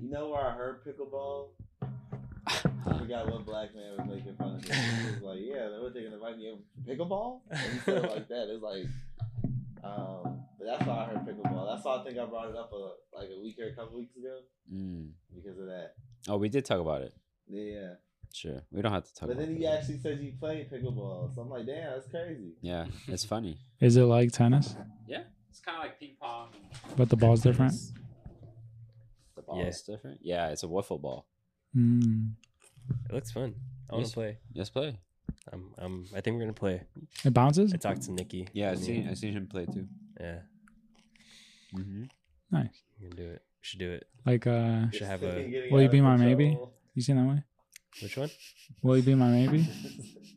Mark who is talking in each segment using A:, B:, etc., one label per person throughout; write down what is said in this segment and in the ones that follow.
A: You know where I heard pickleball? I forgot what black man was making fun of me. He was like, yeah, they were thinking about you pickleball? And he said it like that. It's like, um, but that's why I heard pickleball. That's why I think I brought it up a, like a week or a couple weeks ago
B: Mm.
A: because of that.
B: Oh, we did talk about it.
A: Yeah.
B: Sure. We don't have to talk
A: But
B: about
A: then
B: it.
A: he actually said you played pickleball. So I'm like, damn, that's crazy.
B: Yeah, it's funny.
C: Is it like tennis,
D: It's kind of like ping pong.
C: but the ball's different?
B: The ball
E: Yeah.
B: is different. Yeah, it's a wiffle ball.
C: Mm.
E: It looks fun. I want
B: Yes.
E: to play.
B: Let's play.
E: Um, um, I think we're gonna play.
C: It bounces.
E: I talked to Nikki.
B: Yeah, I
E: mean,
B: seen I seen him play too.
E: Yeah,
B: Mm-hmm.
C: Nice.
E: we can do it. We should do it.
C: Like uh,
E: Should
A: It's
E: have
A: freaking
E: a-
A: getting
C: Will you
A: out of
C: be my maybe?
A: control.
C: you seen that one?
E: Which one?
C: Will you be my maybe?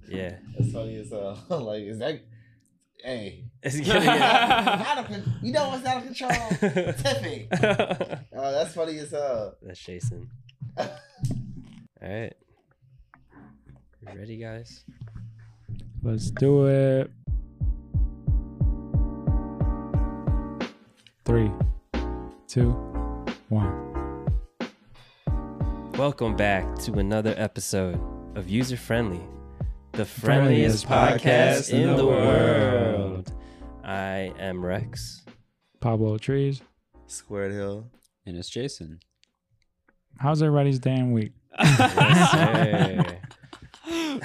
E: Yeah,
A: That's funny as hell. like, is that? Hey,
E: it's
A: out of con- you know what's out of control? Tiffy.
E: getting.
A: Oh, that's funny as hell.
E: That's Jason. All right. You ready, guys?
C: Let's do it. Three, two, one.
E: Welcome back to another episode of User Friendly, the
C: Friendliest
E: friendliest
C: podcast
E: podcast
C: in
E: in
C: the
E: the
C: world.
E: world. I am Rex.
C: Pablo Trees.
A: Squared Hill.
B: And it's Jason.
C: How's everybody's day and week?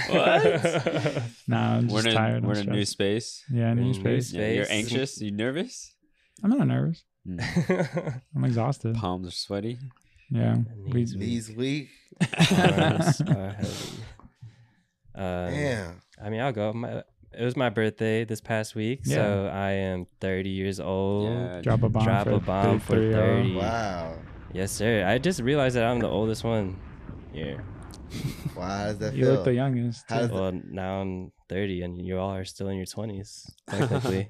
E: Yes, sir.
C: Nah, I'm
B: we're
C: just
B: in,
C: tired. I'm
B: we're in a new
C: stressed.
B: space.
C: yeah, new
E: new
C: space.
E: space.
B: Yeah, you're
E: Space.
B: anxious. You nervous?
C: I'm not nervous.
B: Mm.
C: I'm exhausted.
B: Palms are sweaty.
C: Yeah. We,
E: Knees
A: Knees weak.
E: Arms are Uh, heavy. Um,
A: Damn.
E: I mean, I'll go. My, it was my birthday this past week, so I am 30 years old.
B: Yeah.
C: drop a bomb.
E: Drop
C: for
E: a bomb for
C: 33, uh,
E: 30.
A: Wow.
E: Yes, sir. I just realized that I'm the oldest one. Yeah.
A: Wow, how does that
C: uh, You
A: feel?
C: look the youngest.
A: How does
E: Well, now I'm 30, and you all are still in your 20s, technically.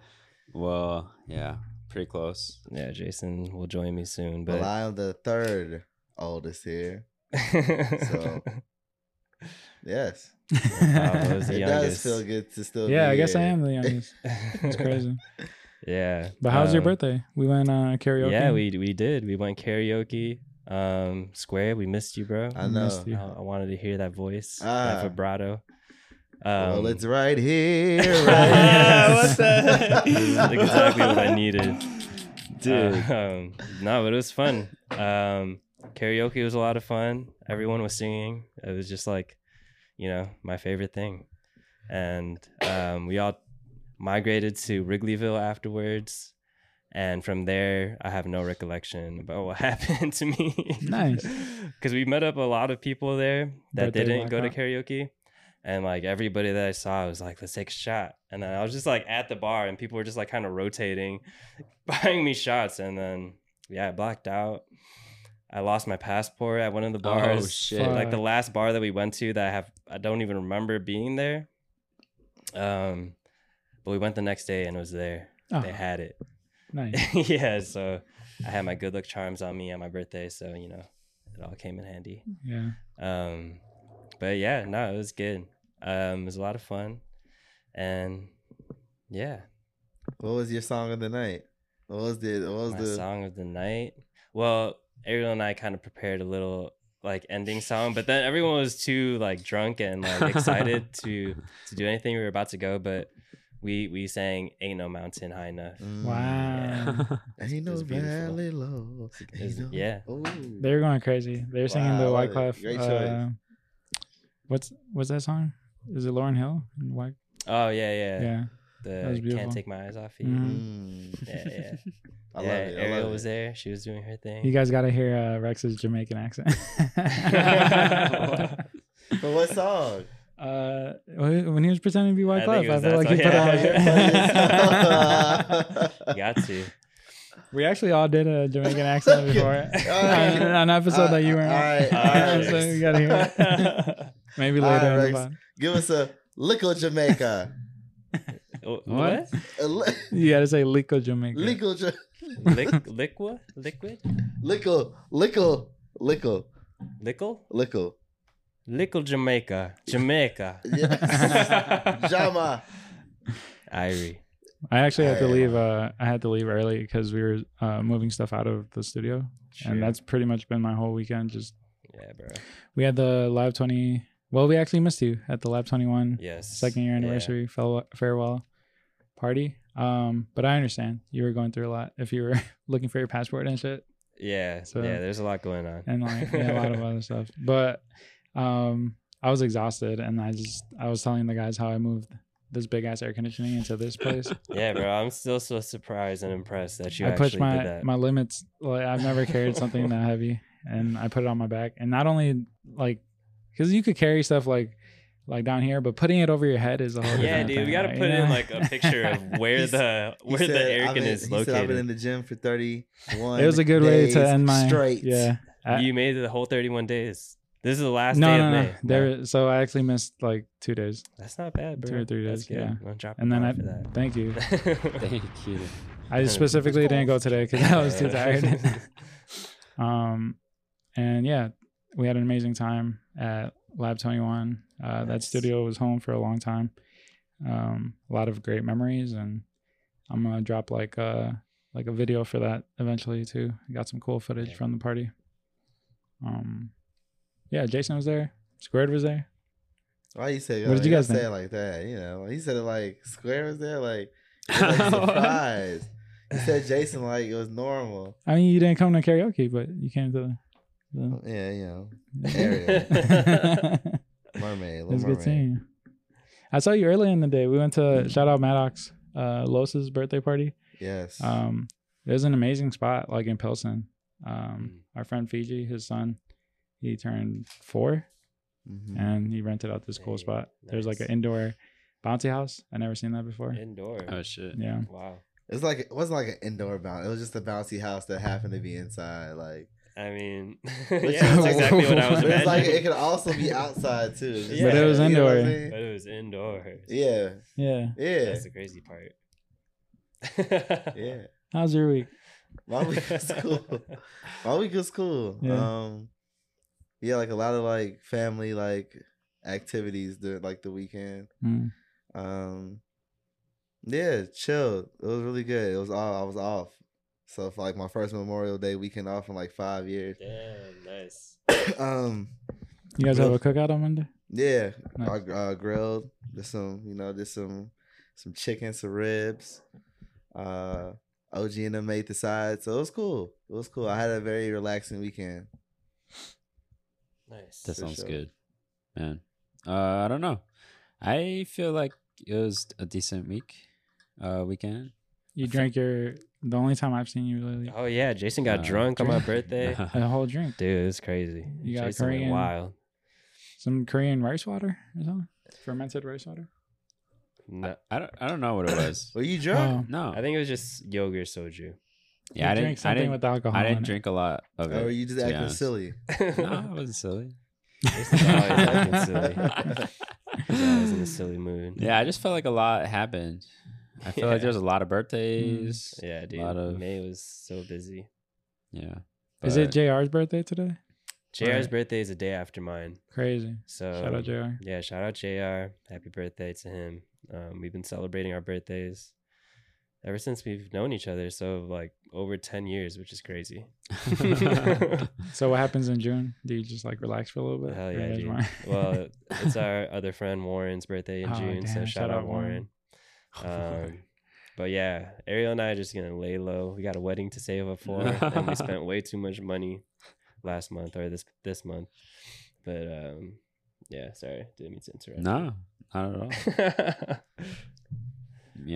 B: Well, yeah, pretty close.
E: yeah, Jason will join me soon,
A: well,
E: but
A: I'm the third oldest here. So, yes.
E: I was
A: It
E: the
A: does
E: youngest.
A: feel good to still
C: yeah,
A: be
C: I guess I
A: here.
C: am the youngest. It's crazy.
E: yeah.
C: But how's your
E: um,
C: birthday? We went uh, karaoke.
E: Yeah, we we did. We went karaoke. Um, Square, we missed you, bro.
A: I know.
C: missed
E: I,
C: you.
E: I wanted to hear that voice,
A: Ah.
E: that vibrato. Um,
A: well, it's right here.
E: Yeah, what
A: the?
E: exactly what I needed.
B: Dude.
E: Uh, um, no, but it was fun. Um, karaoke was a lot of fun. Everyone was singing. It was just like, you know, my favorite thing. And um, we all migrated to Wrigleyville afterwards. And from there, I have no recollection about what happened to me.
C: Nice.
E: Because we met up a lot of people there that
C: Birthday
E: they didn't go to
C: blackout.
E: karaoke. And like everybody that I saw was like, let's take a shot. And then I was just like at the bar and people were just like kind of rotating, buying me shots. And then, yeah, I blacked out. I lost my passport at one of the bars.
B: Oh shit.
C: Fuck.
E: Like the last bar that we went to that I have, I don't even remember being there. Um, but we went the next day and it was there.
C: Oh,
E: They had it.
C: nice.
E: yeah. So I had my good luck charms on me on my birthday. So, you know, it all came in handy.
C: Yeah.
E: Um, but yeah, no, it was good. Um, it was a lot of fun, and yeah,
A: What was your song of the night? What was the what was
E: my
A: the
E: song of the night. Well, Ariel and I kind of prepared a little like ending song, but then everyone was too like drunk and like excited to to do anything. We were about to go, but we we sang "Ain't No Mountain High Enough."
A: Mm,
C: Wow.
A: Ain't no
E: it's beautiful.
A: valley low.
E: It's-
A: ain't no-
E: yeah.
A: Ooh.
C: They were going crazy. They were singing
A: Wow,
C: the
A: I love
C: White
A: it.
C: Cliff.
A: Great
C: Uh,
A: choice.
C: what's what's that song? Is it Lauren Hill? And White?
E: Oh yeah, yeah,
C: Yeah. was
E: the
C: beautiful.
E: "Can't Take My Eyes Off You."
C: Mhm.
A: Mm.
E: Yeah,
A: I
E: yeah, yeah.
A: love it. I
E: Ariel
A: love
E: was
A: it.
E: there. She was doing her thing.
C: You guys got to hear uh, Rex's Jamaican accent.
A: But what song?
C: uh, when when he was pretending to be White
E: I
C: Cliff,
E: think
C: I
E: it
C: feel
E: was
C: like
E: that
C: he put
E: song.
C: on.
E: You got to.
C: we actually all did a Jamaican accent
A: Okay.
C: before
A: All
C: on,
A: right.
C: on an episode that you
A: Uh,
C: were in.
A: all right,
E: all right.
C: so you got to hear it. Maybe
A: All
C: later.
A: right,
C: in the
A: Rex.
C: pod.
A: Give us a lickle Jamaica.
E: Wh-
B: What?
E: what?
A: A li-
C: You got to say Lico Jamaican.
A: lickle, Ja-
E: Lick, liqua? Liquid?
A: lickle, lickle, lickle,
E: Lickle?
A: lickle.
E: Lickle Jamaica. Jamaica.
A: Yes. Jama.
E: Irie.
C: I actually had to
A: Alright.
C: leave. Uh, I had to leave early because we were uh, moving stuff out of the studio,
E: True.
C: and that's pretty much been my whole weekend. Just
E: yeah, bro.
C: we had the Lab Twenty. Well, we actually missed you at the Lab Twenty One
E: Yes.
C: second year
E: Yeah.
C: anniversary fell, farewell party. Um, but I understand you were going through a lot if you were looking for your passport and shit,
E: Yeah.
C: So-
E: yeah. There's a lot going on.
C: and like yeah, a lot of other stuff. But um, I was exhausted, and I just I was telling the guys how I moved this big ass air conditioning into this place.
E: yeah, bro. I'm still so surprised and impressed that you
C: I
E: actually
C: pushed my
E: did that.
C: my limits. Like I've never carried something that heavy, and I put it on my back. And not only like, because you could carry stuff like like down here, but putting it over your head is a whole.
E: yeah,
C: different
E: dude. We
C: thing,
E: gotta
C: right?
E: put
C: You
E: in
C: know?
E: like a picture of where
A: He's-
E: the
A: He
E: where
A: said,
E: the air
A: "I've
E: can
A: been-
E: is
A: he said, I've been in
E: located.
A: the gym for 31.
C: It was a good way to
A: days
C: end my
A: straight.
C: Yeah. I-
E: you made it the whole 31 days. This is the last
C: Uh, no,
E: day
C: no,
E: of
C: no.
E: May.
C: There. So I actually missed like two days.
E: that's not bad, bro.
C: two or three
E: That's
C: days,
E: good.
C: yeah.
E: I'm dropping
C: And then I-
E: for that.
C: Thank you.
B: Thank you.
C: I
E: That's
C: specifically didn't go today because I was too tired.
E: Yeah.
C: um, and yeah, we had an amazing time at Lab 21. Uh, That
E: Nice.
C: studio was home for a long time. Um, a lot of great memories, and I'm gonna drop like a like a video for that eventually too. I got some cool footage
E: Yeah.
C: from the party. Um, yeah, Jason was there. Squared was there.
A: Why you say?
C: What did
A: like,
C: you guys
A: say
C: think?
A: it like that? You know, he said it like Square was there, like, he was, like surprised. He said Jason like it was normal.
C: I mean, you didn't come to karaoke, but you came to the.
A: Yeah, you know,
C: the
A: Ariel,
C: it
A: mermaid, little
C: was
A: mermaid.
C: good seeing you. I saw you earlier in the day. We went
E: Mm-hmm.
C: to shout out Maddox uh, Los's birthday party.
A: Yes.
C: Um, there's an amazing spot like in Pilsen.
E: Mm.
C: Um, our friend Fiji, his son, he turned four
A: Mhm.
C: and he rented out this cool
E: Dang,
C: spot. There's like an
E: Mm. nice.
C: indoor bouncy house. I never seen that before.
E: Indoor.
B: Oh shit.
C: Yeah.
E: Wow.
A: It was like it wasn't like an indoor bounce. It was just a bouncy house that happened to be inside. Like,
E: I mean, yeah,
A: which
E: that's
A: is like-
E: exactly what I was
A: but it's
E: imagining.
A: like it could also be outside too. It's just
E: But it
A: like-
E: was
A: you know what I'm
C: indoor.
A: saying?
E: but it was indoor.
A: Yeah,
C: Yeah.
A: yeah,
E: That's the crazy part.
A: yeah.
C: How's your week?
A: My week was cool. My week was cool.
C: Yeah.
A: Um, yeah, like a lot of like family like activities during like the weekend.
C: Mm.
A: Um, yeah, chilled. It was really good. It was all I was off. So for like my first Memorial Day weekend off in like five years.
E: Damn, nice.
A: um,
C: You guys have
A: Well-
C: a cookout on Monday?
A: yeah,
C: Nice.
A: I uh, grilled. Did some, you know, did some some chicken, some ribs. Uh, OG and them made the side, so it was cool. It was cool. I had a very relaxing weekend.
E: Nice.
B: That
A: For
B: sounds
A: sure.
B: good, man. Uh, I don't know. I feel like it was a decent week, uh, weekend.
C: You drank your. The only time I've seen you really
E: Oh yeah, Jason got
B: Uh,
E: drunk on my birthday.
B: Uh-huh.
C: a whole drink.
E: Dude, it's crazy.
C: You got
E: Jason
C: Korean-
E: went wild.
C: Some Korean rice water or something. Fermented rice water.
E: No,
B: I don't. I don't know what it was.
A: Were you drunk?
B: No.
E: I think it was just yogurt soju.
B: yeah, I
C: You drank
B: didn't. I
C: something
B: didn't.
C: with alcohol.
B: I
C: in
B: didn't
C: it.
B: drink a lot
C: Um,
B: of
E: Oh,
A: or were
B: it.
A: you just
B: to be
A: acting
B: honest.
A: silly?
B: No, it wasn't silly.
E: Jason's always acting silly. He's always in a
B: yeah,
E: silly mood.
B: I just felt like a lot happened. I feel like
E: Yeah.
B: there was a lot of birthdays.
C: Mm.
E: Yeah, dude.
B: lot of-
E: May was so busy.
B: Yeah.
C: Is
B: but-
C: it JR's birthday today?
E: JR's
C: Right.
E: birthday is a day after mine.
C: Crazy.
E: So
C: Shout out JR.
E: Yeah, shout out JR. Happy birthday to him. Um, we've been celebrating our birthdays ever since we've known each other. So, like, over 10 years, which is crazy.
C: So what happens in June? Do you just like relax for a little bit?
E: Hell
C: Or
E: yeah,
C: is
E: dude.
C: mine-
E: well, it's our other friend Warren's birthday in
C: Oh,
E: June. so,
C: damn,
E: shout, out, Warren. Um,
B: Warren.
E: but yeah, Ariel and I are just going to lay low. We got a wedding to save up for, and we spent way too much money last month or this this month. But um, yeah, sorry. Didn't mean to interrupt.
B: no, not at all.
E: you.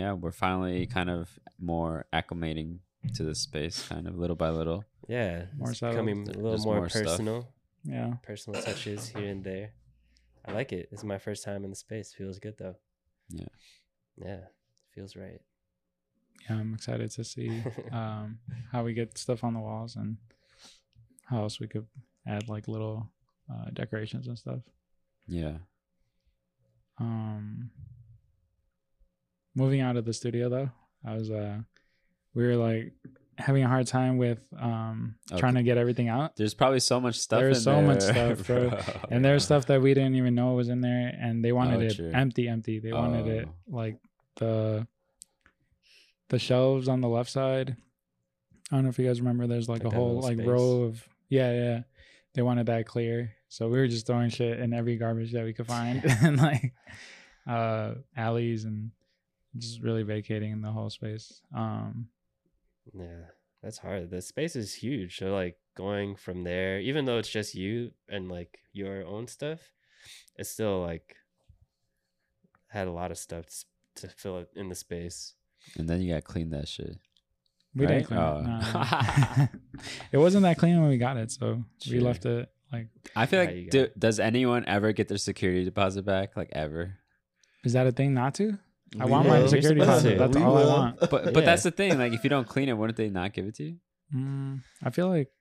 B: Yeah, we're finally kind of more acclimating to this space, kind of little by little.
E: Yeah,
C: More
E: it's
C: so.
E: becoming a little
B: There's
E: more,
B: more stuff.
E: personal,
C: Yeah.
E: personal touches here and there. I like it. This is my first time in the space. Feels good though.
B: Yeah.
E: yeah, feels right.
C: Yeah, I'm excited to see um how we get stuff on the walls and how else we could add like little uh decorations and stuff.
B: Yeah.
C: Um moving out of the studio though, I was uh we were like having a hard time with um
B: Oh,
C: trying to get everything out.
B: There's probably so much stuff.
C: There
B: in
C: was so much
B: there,
C: stuff, bro.
E: Oh,
C: And there's stuff that we didn't even know was in there, and they wanted
B: Oh,
C: it
B: true.
E: Oh.
C: empty, empty. They wanted it
B: Oh.
C: like the the shelves on the left side. I don't know if you guys remember. There's like,
E: Like
C: a
E: that
C: whole
E: little
C: like
E: space.
C: row of yeah, yeah. They wanted that clear, so we were just throwing shit in every garbage that we could find, and like uh alleys and just really vacating the whole space. Um,
E: Yeah, that's hard. The space is huge. So like going from there, even though it's just you and like your own stuff, it's still like had a lot of stuff s- to fill it in the space.
B: And then you gotta clean that shit.
C: we
B: Right?
C: didn't clean
B: Oh.
C: it. no. it wasn't that clean when we got it, so we
E: Sure.
C: left it like.
B: I feel
E: Yeah,
B: like
E: you
B: do,
E: gotta-
B: does anyone ever get their security deposit back? Like ever?
C: Is that a thing not to? I
A: We
C: want
E: will.
C: my
E: You're
C: security
E: supposed
C: deposit.
E: to.
C: That's
A: We
C: all I
A: will.
C: want.
B: But but
E: Yeah.
B: that's the thing. Like if you don't clean it, wouldn't they not give it to you?
C: Mm, I feel like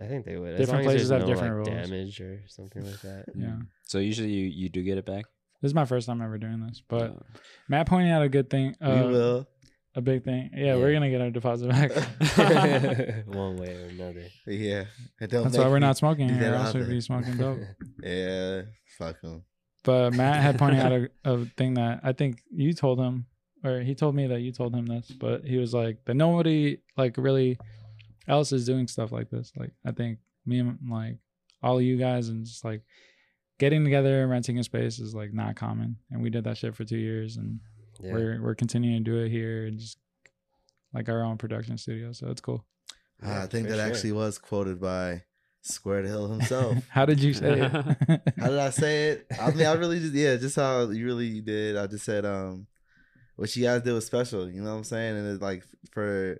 E: I think they would. as
C: Different
E: long as
C: places
E: there's
C: have
E: no,
C: different
E: like,
C: rules.
E: damage or something like that.
A: Mm.
C: yeah.
B: So usually you, you do get it back.
C: This is my first time ever doing this, but
B: No.
C: Matt pointed out a good thing,
A: we
C: uh,
A: will.
C: a big thing. Yeah, we're
E: Yeah.
C: gonna get our deposit back.
E: One way or another.
A: Yeah. It don't
C: That's
A: make
C: why we're
A: me-
C: not smoking
A: do
C: here.
A: that
C: Else we'd
A: often.
C: be smoking dope.
A: Yeah. Fuck 'em.
C: But Matt had pointed out a, a thing that I think you told him, or he told me that you told him this. But he was like that nobody like really else is doing stuff like this. Like I think me and like all of you guys and just like getting together and renting a space is like not common. And we did that shit for two years and
E: Yeah.
C: we're we're continuing to do it here and just like our own production studio. So it's cool.
A: Uh,
E: Yeah,
A: I think
E: for
A: that
E: sure.
A: actually was quoted by Squared Hill himself.
C: How did you say it?
A: how did I say it? I mean, I really just yeah, just how you really did. I just said um, what you guys did was special. You know what I'm saying? And it's like for,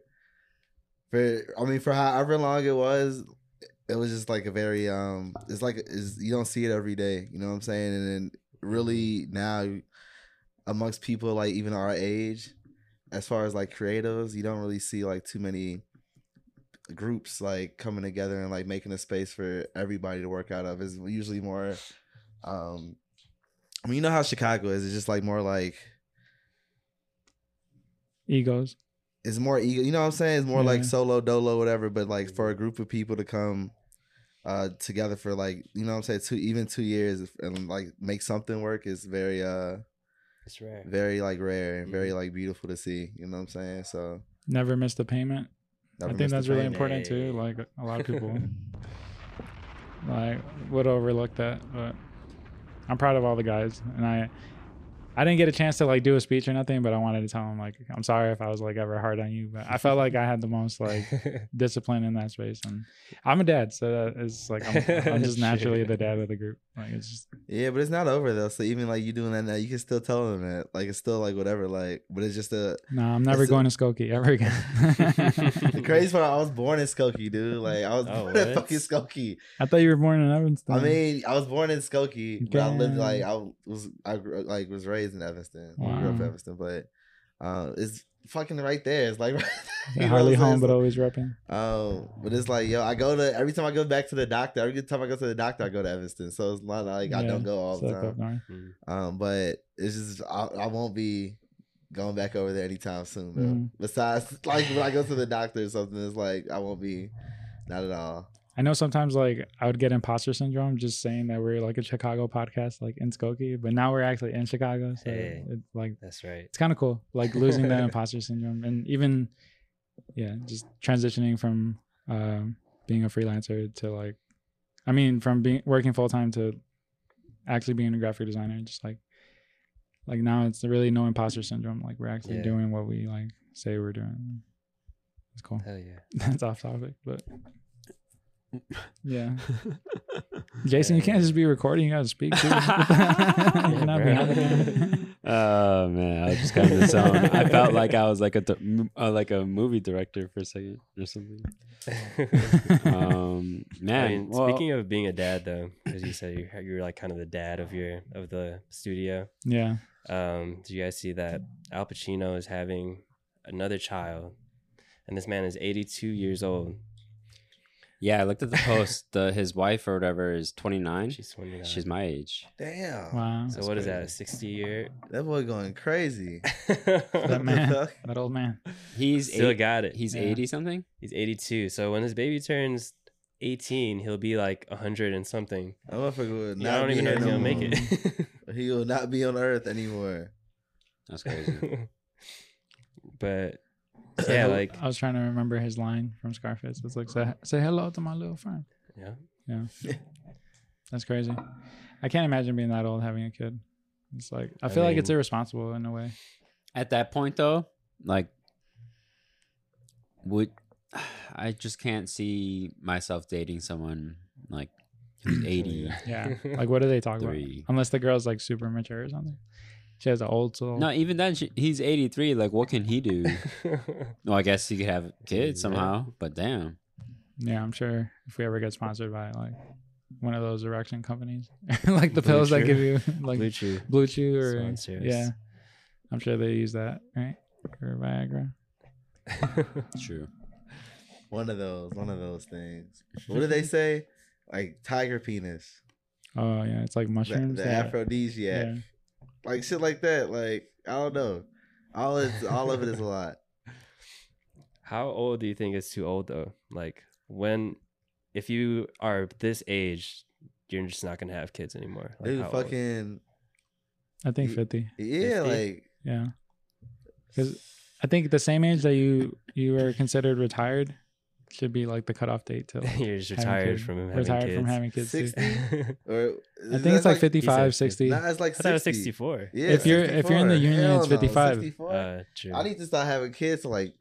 A: for I mean, for however long it was, it was just like a very um, it's like is you don't see it every day. You know what I'm saying? And then really now, amongst people like even our age, as far as like creatives, you don't really see like too many groups like coming together and like making a space for everybody to work out of is usually more um I mean you know how Chicago is it's just like more like
C: Egos.
A: it's more ego you know what I'm saying it's more like
C: Yeah.
A: solo dolo whatever but like for a group of people to come uh together for like you know what I'm saying two even 2 years and like make something work is very uh
E: It's rare.
A: very like rare and
E: Mm-hmm.
A: very like beautiful to see you know what I'm saying so
C: Never missed a payment.
A: never
C: I
A: miss
C: think
A: the
C: that's really
A: train.
C: important too. Like a lot of people like would overlook that, but I'm proud of all the guys. And I I didn't get a chance to like do a speech or nothing, but I wanted to tell them like I'm sorry if I was like ever hard on you, but I felt like I had the most like discipline in that space. And I'm a dad, so that is like I'm, I'm just naturally the dad of the group. Like it's just
A: Yeah, but it's not over though. So even like you doing that now, you can still tell them that. Like it's still like whatever. Like, but it's just a
C: No, I'm never
A: It's a-
C: going to Skokie ever
A: the
C: again.
A: crazy part. I was born in Skokie, dude. Like I was
E: Oh,
A: born in
E: what?
A: fucking Skokie.
C: I thought you were born in Evanston.
A: I mean, I was born in Skokie, but I lived
C: Damn.
A: like I was I grew, like was raised in Evanston. I grew up in
C: Wow.
A: Evanston, but uh, it's fucking right there. It's like right there, you know
C: hardly
A: what I'm
C: home, but
A: saying?
C: always repping.
A: Um, but it's like yo, I go to every time I go back to the doctor. Every time I go to the doctor, I go to Evanston. So it's not like I
C: Yeah,
A: don't go all
C: So
A: the
C: up
A: time.
C: north.
A: Um, but it's just I, I won't be going back over there anytime soon though.
C: Mhm.
A: Besides, like when I go to the doctor or something, it's like I won't be not at all.
C: I know sometimes like I would get imposter syndrome just saying that we're like a Chicago podcast, like in Skokie, but now we're actually in Chicago. So
E: Hey.
C: it's like
E: That's right.
C: it's kind of cool, like losing that imposter syndrome, and even yeah, just transitioning from um, being a freelancer to like, I mean, from being working full time to actually being a graphic designer, just like like now it's really no imposter syndrome. Like we're actually
E: Yeah.
C: doing what we like say we're doing. It's cool.
E: Hell yeah.
C: That's off topic, but yeah. Jason, you can't just be recording. You gotta speak. Too. You're not
E: bro.
C: behind the camera.
B: Oh man, I was just kind of the zone. I felt like I was like a di- m- uh, like a movie director for a second or something. Um, man,
E: I mean,
B: well,
E: speaking of being a dad, though, as you said, you you're like kind of the dad of your of the studio.
C: yeah.
E: Um, do you guys see that Al Pacino is having another child, and this man is 82 years old.
B: yeah, I looked at the post. The his wife or whatever is twenty nine.
E: She's 29.
B: She's my age.
A: Damn,
C: Wow.
E: so
B: That's
E: what is
B: crazy.
E: that? A 60 year?
A: that boy going crazy.
E: Still
C: That man.
A: fuck?
C: That old man.
B: He's eight,
E: got it.
B: he's
C: Yeah.
B: eighty something.
E: He's 82. So when his baby turns 18, he'll be like 100 and something.
A: That motherfucker would
E: Yeah,
A: not
E: I don't
A: be
E: even know
A: here
E: if he's
A: no
E: gonna make
A: more. He will not be on Earth anymore.
B: That's crazy.
E: it. but
C: Say
E: Yeah,
C: hel-
E: like-
C: I was trying to remember his line from Scarface. It's like say, say hello to my little friend.
E: Yeah.
C: That's crazy. I can't imagine being that old having a kid. It's like I feel like it's
E: mean-
C: irresponsible in a way.
B: At that point, though, like, would I just can't see myself dating someone like who's eighty?
C: Yeah. Like what do they talk
B: Three.
C: about? Unless the girl's like super mature or something. She has an old soul.
B: No, even then, she, he's eighty three. Like, what can he do? Well, I guess he could have kids
E: Yeah.
B: somehow, but damn.
C: Yeah, I'm sure if we ever get sponsored by like one of those erection companies, like the
E: Blue
C: pills that
E: Chew.
C: give you like
E: Blue
C: Blue,
E: Chew.
C: Chew or
E: Sponsors.
C: yeah, I'm sure they use that right or Viagra.
B: True.
A: One of those, one of those things. What do they say? Like tiger penis,
C: Oh yeah, it's like
A: the,
C: mushrooms.
A: the
C: yeah.
A: aphrodisiac, like shit like that. Like I don't know. All it's all of it is a lot.
E: How old do you think is too old though? Like when, if you are this age, you're just not gonna have kids anymore. Like,
A: Dude,
E: how old?
A: fucking
C: I think
A: You-
C: 50.
A: yeah,
E: 50?
A: like
C: Yeah, because I think the same age that you you are considered retired should be like the cutoff date till
E: you're just
C: having
E: retired
C: kids.
E: from having
C: retired
E: kids.
C: from having kids. too.
A: Six- or
C: I think it's like
A: fifty.
C: 55, 60.
A: Nah, it's like
E: I thought it was
A: 60.
E: 64.
A: Yeah,
C: If you're- if you're in
A: 64.
C: the union,
A: Hell
C: it's
A: no,
C: 55.
A: 64?
E: Uh, true.
A: I need to start having kids. So like,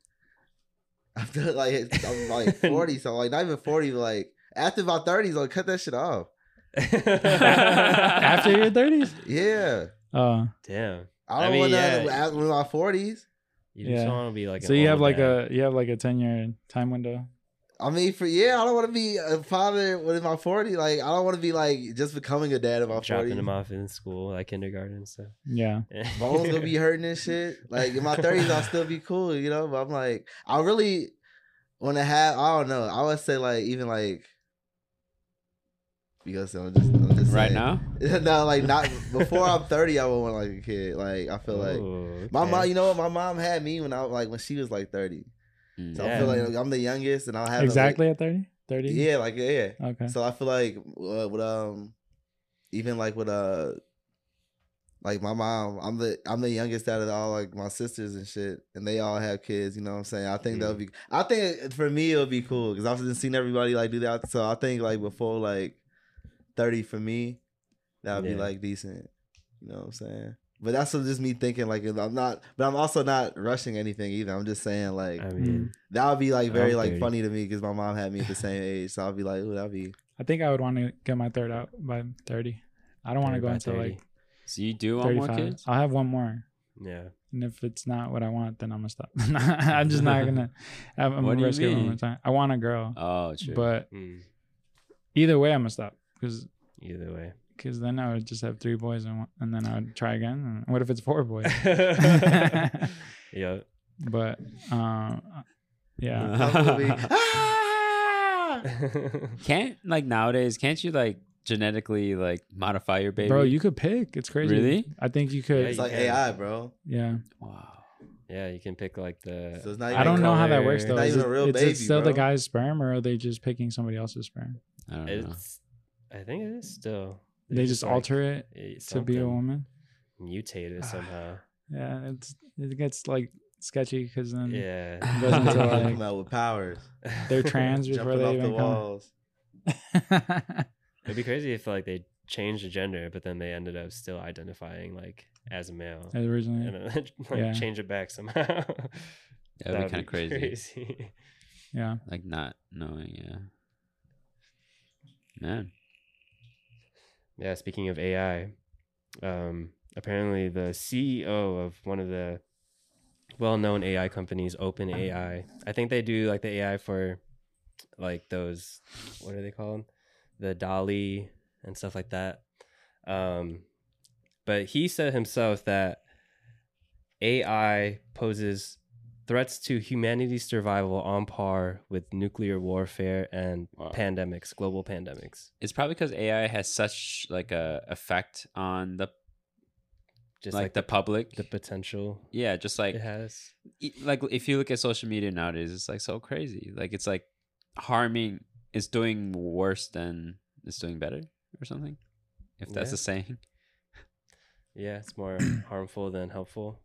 A: I'm done- like I'm like 40, so like not even 40. Like after about 30, like cut that shit off.
C: After your 30s?
A: Yeah,
C: Oh,
E: Damn.
A: I
E: I
A: don't
E: mean,
A: want to
E: yeah.
A: after my 40s.
E: You just
C: Yeah.
E: want to be like.
C: so you have like a you have like a 10 year time window.
A: I mean, for yeah, I don't want to be a father when in my 40. Like I don't want to be like just becoming a dad in my
E: dropping
A: 40.
E: them off in school, like kindergarten and stuff.
C: Yeah.
A: Bones gonna be hurting and shit. Like in my 30s, I'll still be cool, you know. But I'm like, I really want to have. I don't know. I would say like even like. Because I'm just, I'm just
B: Right
A: saying.
B: now?
A: no, like not before I'm 30, I would want like a kid. Like I feel like
E: Ooh,
A: my
E: Oh, okay.
A: mom, you know what? My mom had me when I was like when she was like 30.
B: Mm.
A: So I
E: Yeah.
A: feel like I'm the youngest, and I'll have
C: Exactly at 30? 30?
A: Like, yeah, like yeah.
C: Okay.
A: So I feel like uh, with um, even like with uh, like my mom, I'm the I'm the youngest out of all like my sisters and shit, and they all have kids. You know what I'm saying? I think that'll be. I think uh, for me it'll be cool because I've just seen everybody like do that. So I think like before like thirty for me, that would
E: Yeah.
A: be like decent. You know what I'm saying? But that's just me thinking like I'm not, but I'm also not rushing anything either. I'm just saying like
C: Hmm.
E: I mean,
A: that would be like
E: I'm
A: very like
E: 30.
A: funny to me because my mom had me at the same age, so I'll be like, ooh, that'd be
C: I think I would want to get my third out by 30. I don't want
E: Thirty
C: to go
E: by
C: until like
B: So you do want more
C: 35.
B: kids?
C: I'll have one more.
E: yeah.
C: And if it's not what I want, then I'm going to stop. I'm just not going to. I'm
B: What do
C: going to
B: you
C: risk it one more
B: mean?
C: time. I want a girl.
B: Oh, true.
C: But
E: Mm,
C: either way, I'm going to stop because.
E: either way.
C: Because then I would just have three boys and one, and then I would try again. And what if it's four boys?
E: yeah.
C: But um, yeah,
A: Probably. Ah!
B: can't like nowadays? Can't you like genetically like modify your baby?
C: bro, you could pick. It's crazy.
B: Really?
C: I think you
E: Yeah,
A: It's
C: could.
E: you-
A: like
E: can.
A: AI, bro.
C: Yeah,
B: wow.
E: yeah, you can pick like the.
A: So it's not
C: I don't know how that works
E: color.
C: though.
A: Not
C: Is
A: even a
C: it-
A: real
C: is
A: baby,
C: it still
A: bro.
C: the guy's sperm, or are they just picking somebody else's sperm?
B: I don't know.
E: It's. I think it is still.
C: They, just
E: like,
C: alter it
E: eh,
C: to be a
E: something,
C: woman.
E: Mutate it somehow.
C: Yeah, it's it gets like sketchy because then
E: yeah.
C: goes into,
A: They
C: like-
A: come out with powers,
C: Um, they're trans
A: jumping
C: before they
A: off the
C: even come.
A: walls.
E: It'd be crazy if like they changed the gender, but then they ended up still identifying like as a male.
C: Originally,
E: And then like,
C: Yeah.
E: change it back somehow.
B: That'd be kind of crazy.
E: crazy.
C: yeah.
B: Like not knowing. Yeah. Man.
E: Yeah, speaking of AI, um, apparently the CEO of one of the well-known AI companies, OpenAI, I think they do like the AI for like those what are they called, the Dolly and stuff like that. Um, but he said himself that AI poses threats to humanity's survival on par with nuclear warfare and
B: Wow.
E: pandemics, global pandemics.
B: It's probably because AI has such like a effect on the
E: Just
B: like,
E: like,
B: the, public.
E: the potential
B: yeah, just like
E: it has.
B: e- like if you look at social media nowadays, it's like so crazy. Like it's like harming it's doing worse than it's doing better or something. If that's
E: Yeah.
B: a saying.
E: Yeah, it's more harmful than helpful.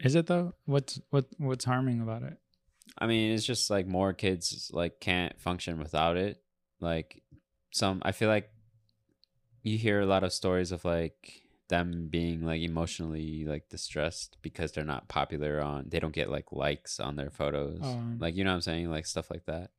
C: Is it though? What's what what's harming about it?
B: I mean, it's just like more kids like can't function without it. Like some I feel like you hear a lot of stories of like them being like emotionally like distressed because they're not popular on they don't get like likes on their photos.
C: Um,
B: like you know what I'm saying? Like stuff like that.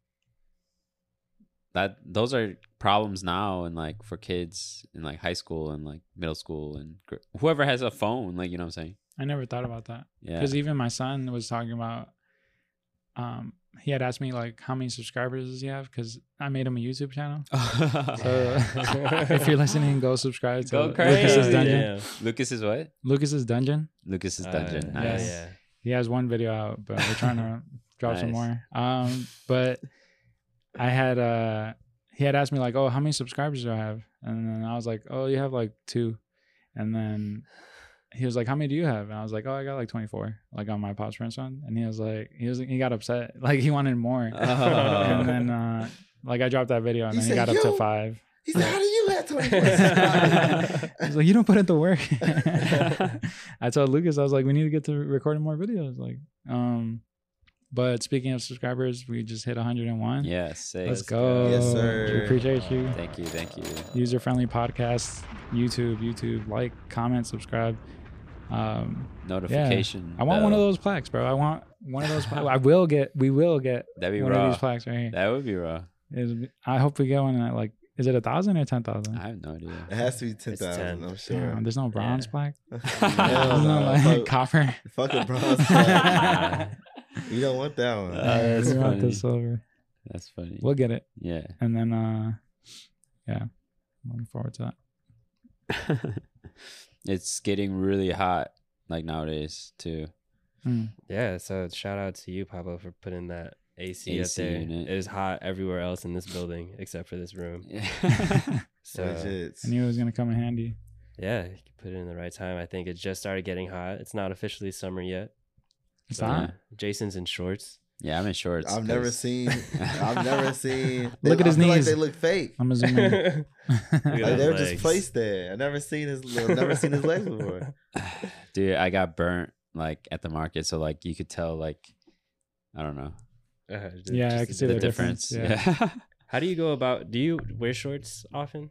B: That those are problems now and like for kids in like high school and like middle school and gr- whoever has a phone, like you know what I'm saying?
C: I never thought about that.
B: Yeah.
C: Because even my son was talking about, um, he had asked me like how many subscribers does he have? Because I made him a YouTube channel. So if you're listening, go subscribe to
B: Go
C: Lucas's
B: crazy.
C: Dungeon.
E: yeah.
B: Lucas is what?
C: Lucas's Dungeon.
B: Lucas's
E: Uh,
B: dungeon.
E: yeah,
B: nice.
E: yeah.
C: He has one video out, but we're trying to drop
B: Nice.
C: some more. Um, but I had uh, he had asked me like, oh, how many subscribers do I have? And then I was like, oh, you have like two. And then he was like, how many do you have? And I was like, oh, I got like 24, like on my Pops Prince one. And he was like, he was he got upset, like he wanted more.
B: Oh.
C: and then uh, like I dropped that video, and
A: He
C: then he
A: said,
C: got up to
A: "Yo."
C: five.
A: He said, "How do you have twenty four
C: I was like, you don't put in the work. I told Lucas, I was like, we need to get to recording more videos. Like, um, but speaking of subscribers, we just hit 101.
B: Yeah, sick.
C: Let's go.
A: Yes, sir.
C: We appreciate you.
B: Thank you, thank you.
C: User friendly podcast, YouTube, YouTube, like, comment, subscribe. Um,
B: Notification.
C: I want one of
B: bell.
C: those plaques, bro. I want one of those. Pla- I will get. We will get
B: That'd be
C: one of
B: raw.
C: these plaques right here.
B: That would be raw.
C: It'll be- I hope we get one at like. Is it a thousand or ten thousand?
B: I have no idea.
A: It has to be ten
E: It's 10.
A: thousand. I'm sure.
C: Damn, there's no bronze
E: Yeah.
C: plaque.
A: Hell
C: There's no,
A: no,
C: like,
A: fuck-
C: copper.
A: Fuck a bronze. plaque. you don't want that one.
B: Uh, that's
C: we want the
B: funny.
C: silver.
B: That's funny.
C: We'll get it.
B: Yeah.
C: And then uh yeah. Looking forward to that.
B: it's getting really hot like nowadays too. Hmm.
C: Mm.
E: Yeah, so shout out to you, Pablo, for putting that AC, up
B: AC
E: there.
B: unit.
E: It is hot everywhere else in this building except for this room. So
A: Legit.
C: I knew it was gonna come in handy.
E: yeah, you can put it in the right time. I think it just started getting hot. It's not officially summer yet.
C: It's
E: So,
C: not.
E: Jason's in shorts.
B: yeah, I'm in shorts.
A: I've never
B: 'cause-
A: seen. I've never seen.
C: Look at
A: I
C: his
A: feel Like
C: knees.
A: they look fake.
C: I'm gonna zoom in.
E: Look
A: Like
E: at those
A: they were just
E: legs.
A: placed there. I never seen his. I've never seen his legs before.
B: Dude, I got burnt like at the market, so like you could tell like I don't know
E: Uh, just-
C: Yeah,
E: just
C: I can
E: the
C: see
B: the,
C: the
E: difference.
B: difference.
C: difference,
B: Yeah.
E: How do you go about? Do you wear shorts often?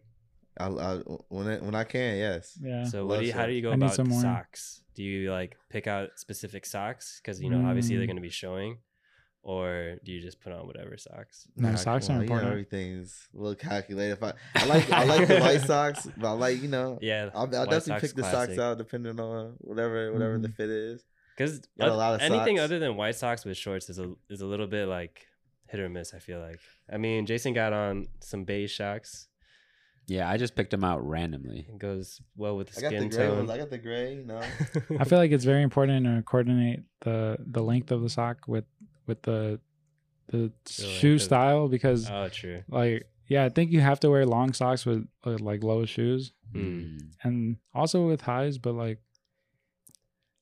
A: I, I, when I, when I can, yes.
C: yeah.
E: So what do
A: Love
E: you? How do
A: shorts.
E: you go
C: I need
E: about
C: some more.
E: socks? Do you like pick out specific socks because you know obviously they're
C: Mm.
E: going to be showing, or do you just put on whatever socks?
C: No,
A: Nah,
C: socks
A: come
C: are
A: on, You know,
C: important.
A: everything's a little calculated. If I, I like I like the white socks, but Uh, I like you know.
E: Yeah,
A: I'll, I'll definitely pick the socks out depending on whatever whatever the
C: Mhm.
A: fit is.
E: because
A: Got a lot of
E: anything
A: socks.
E: other than white socks with shorts is a is a little bit like hit or miss. I feel like. I mean, Jason got on some beige socks.
B: yeah, I just picked them out randomly.
E: It goes well with the
A: I got the
E: skin
A: gray ones. I
E: tone.
A: got the gray. You know,
C: I feel like it's very important to coordinate the the length of the sock with with the the shoe
E: of-
C: style because
E: oh, true.
C: like yeah, I think you have to wear long socks with, with like low shoes
B: Hmm.
E: Mm.
C: and also with highs, but like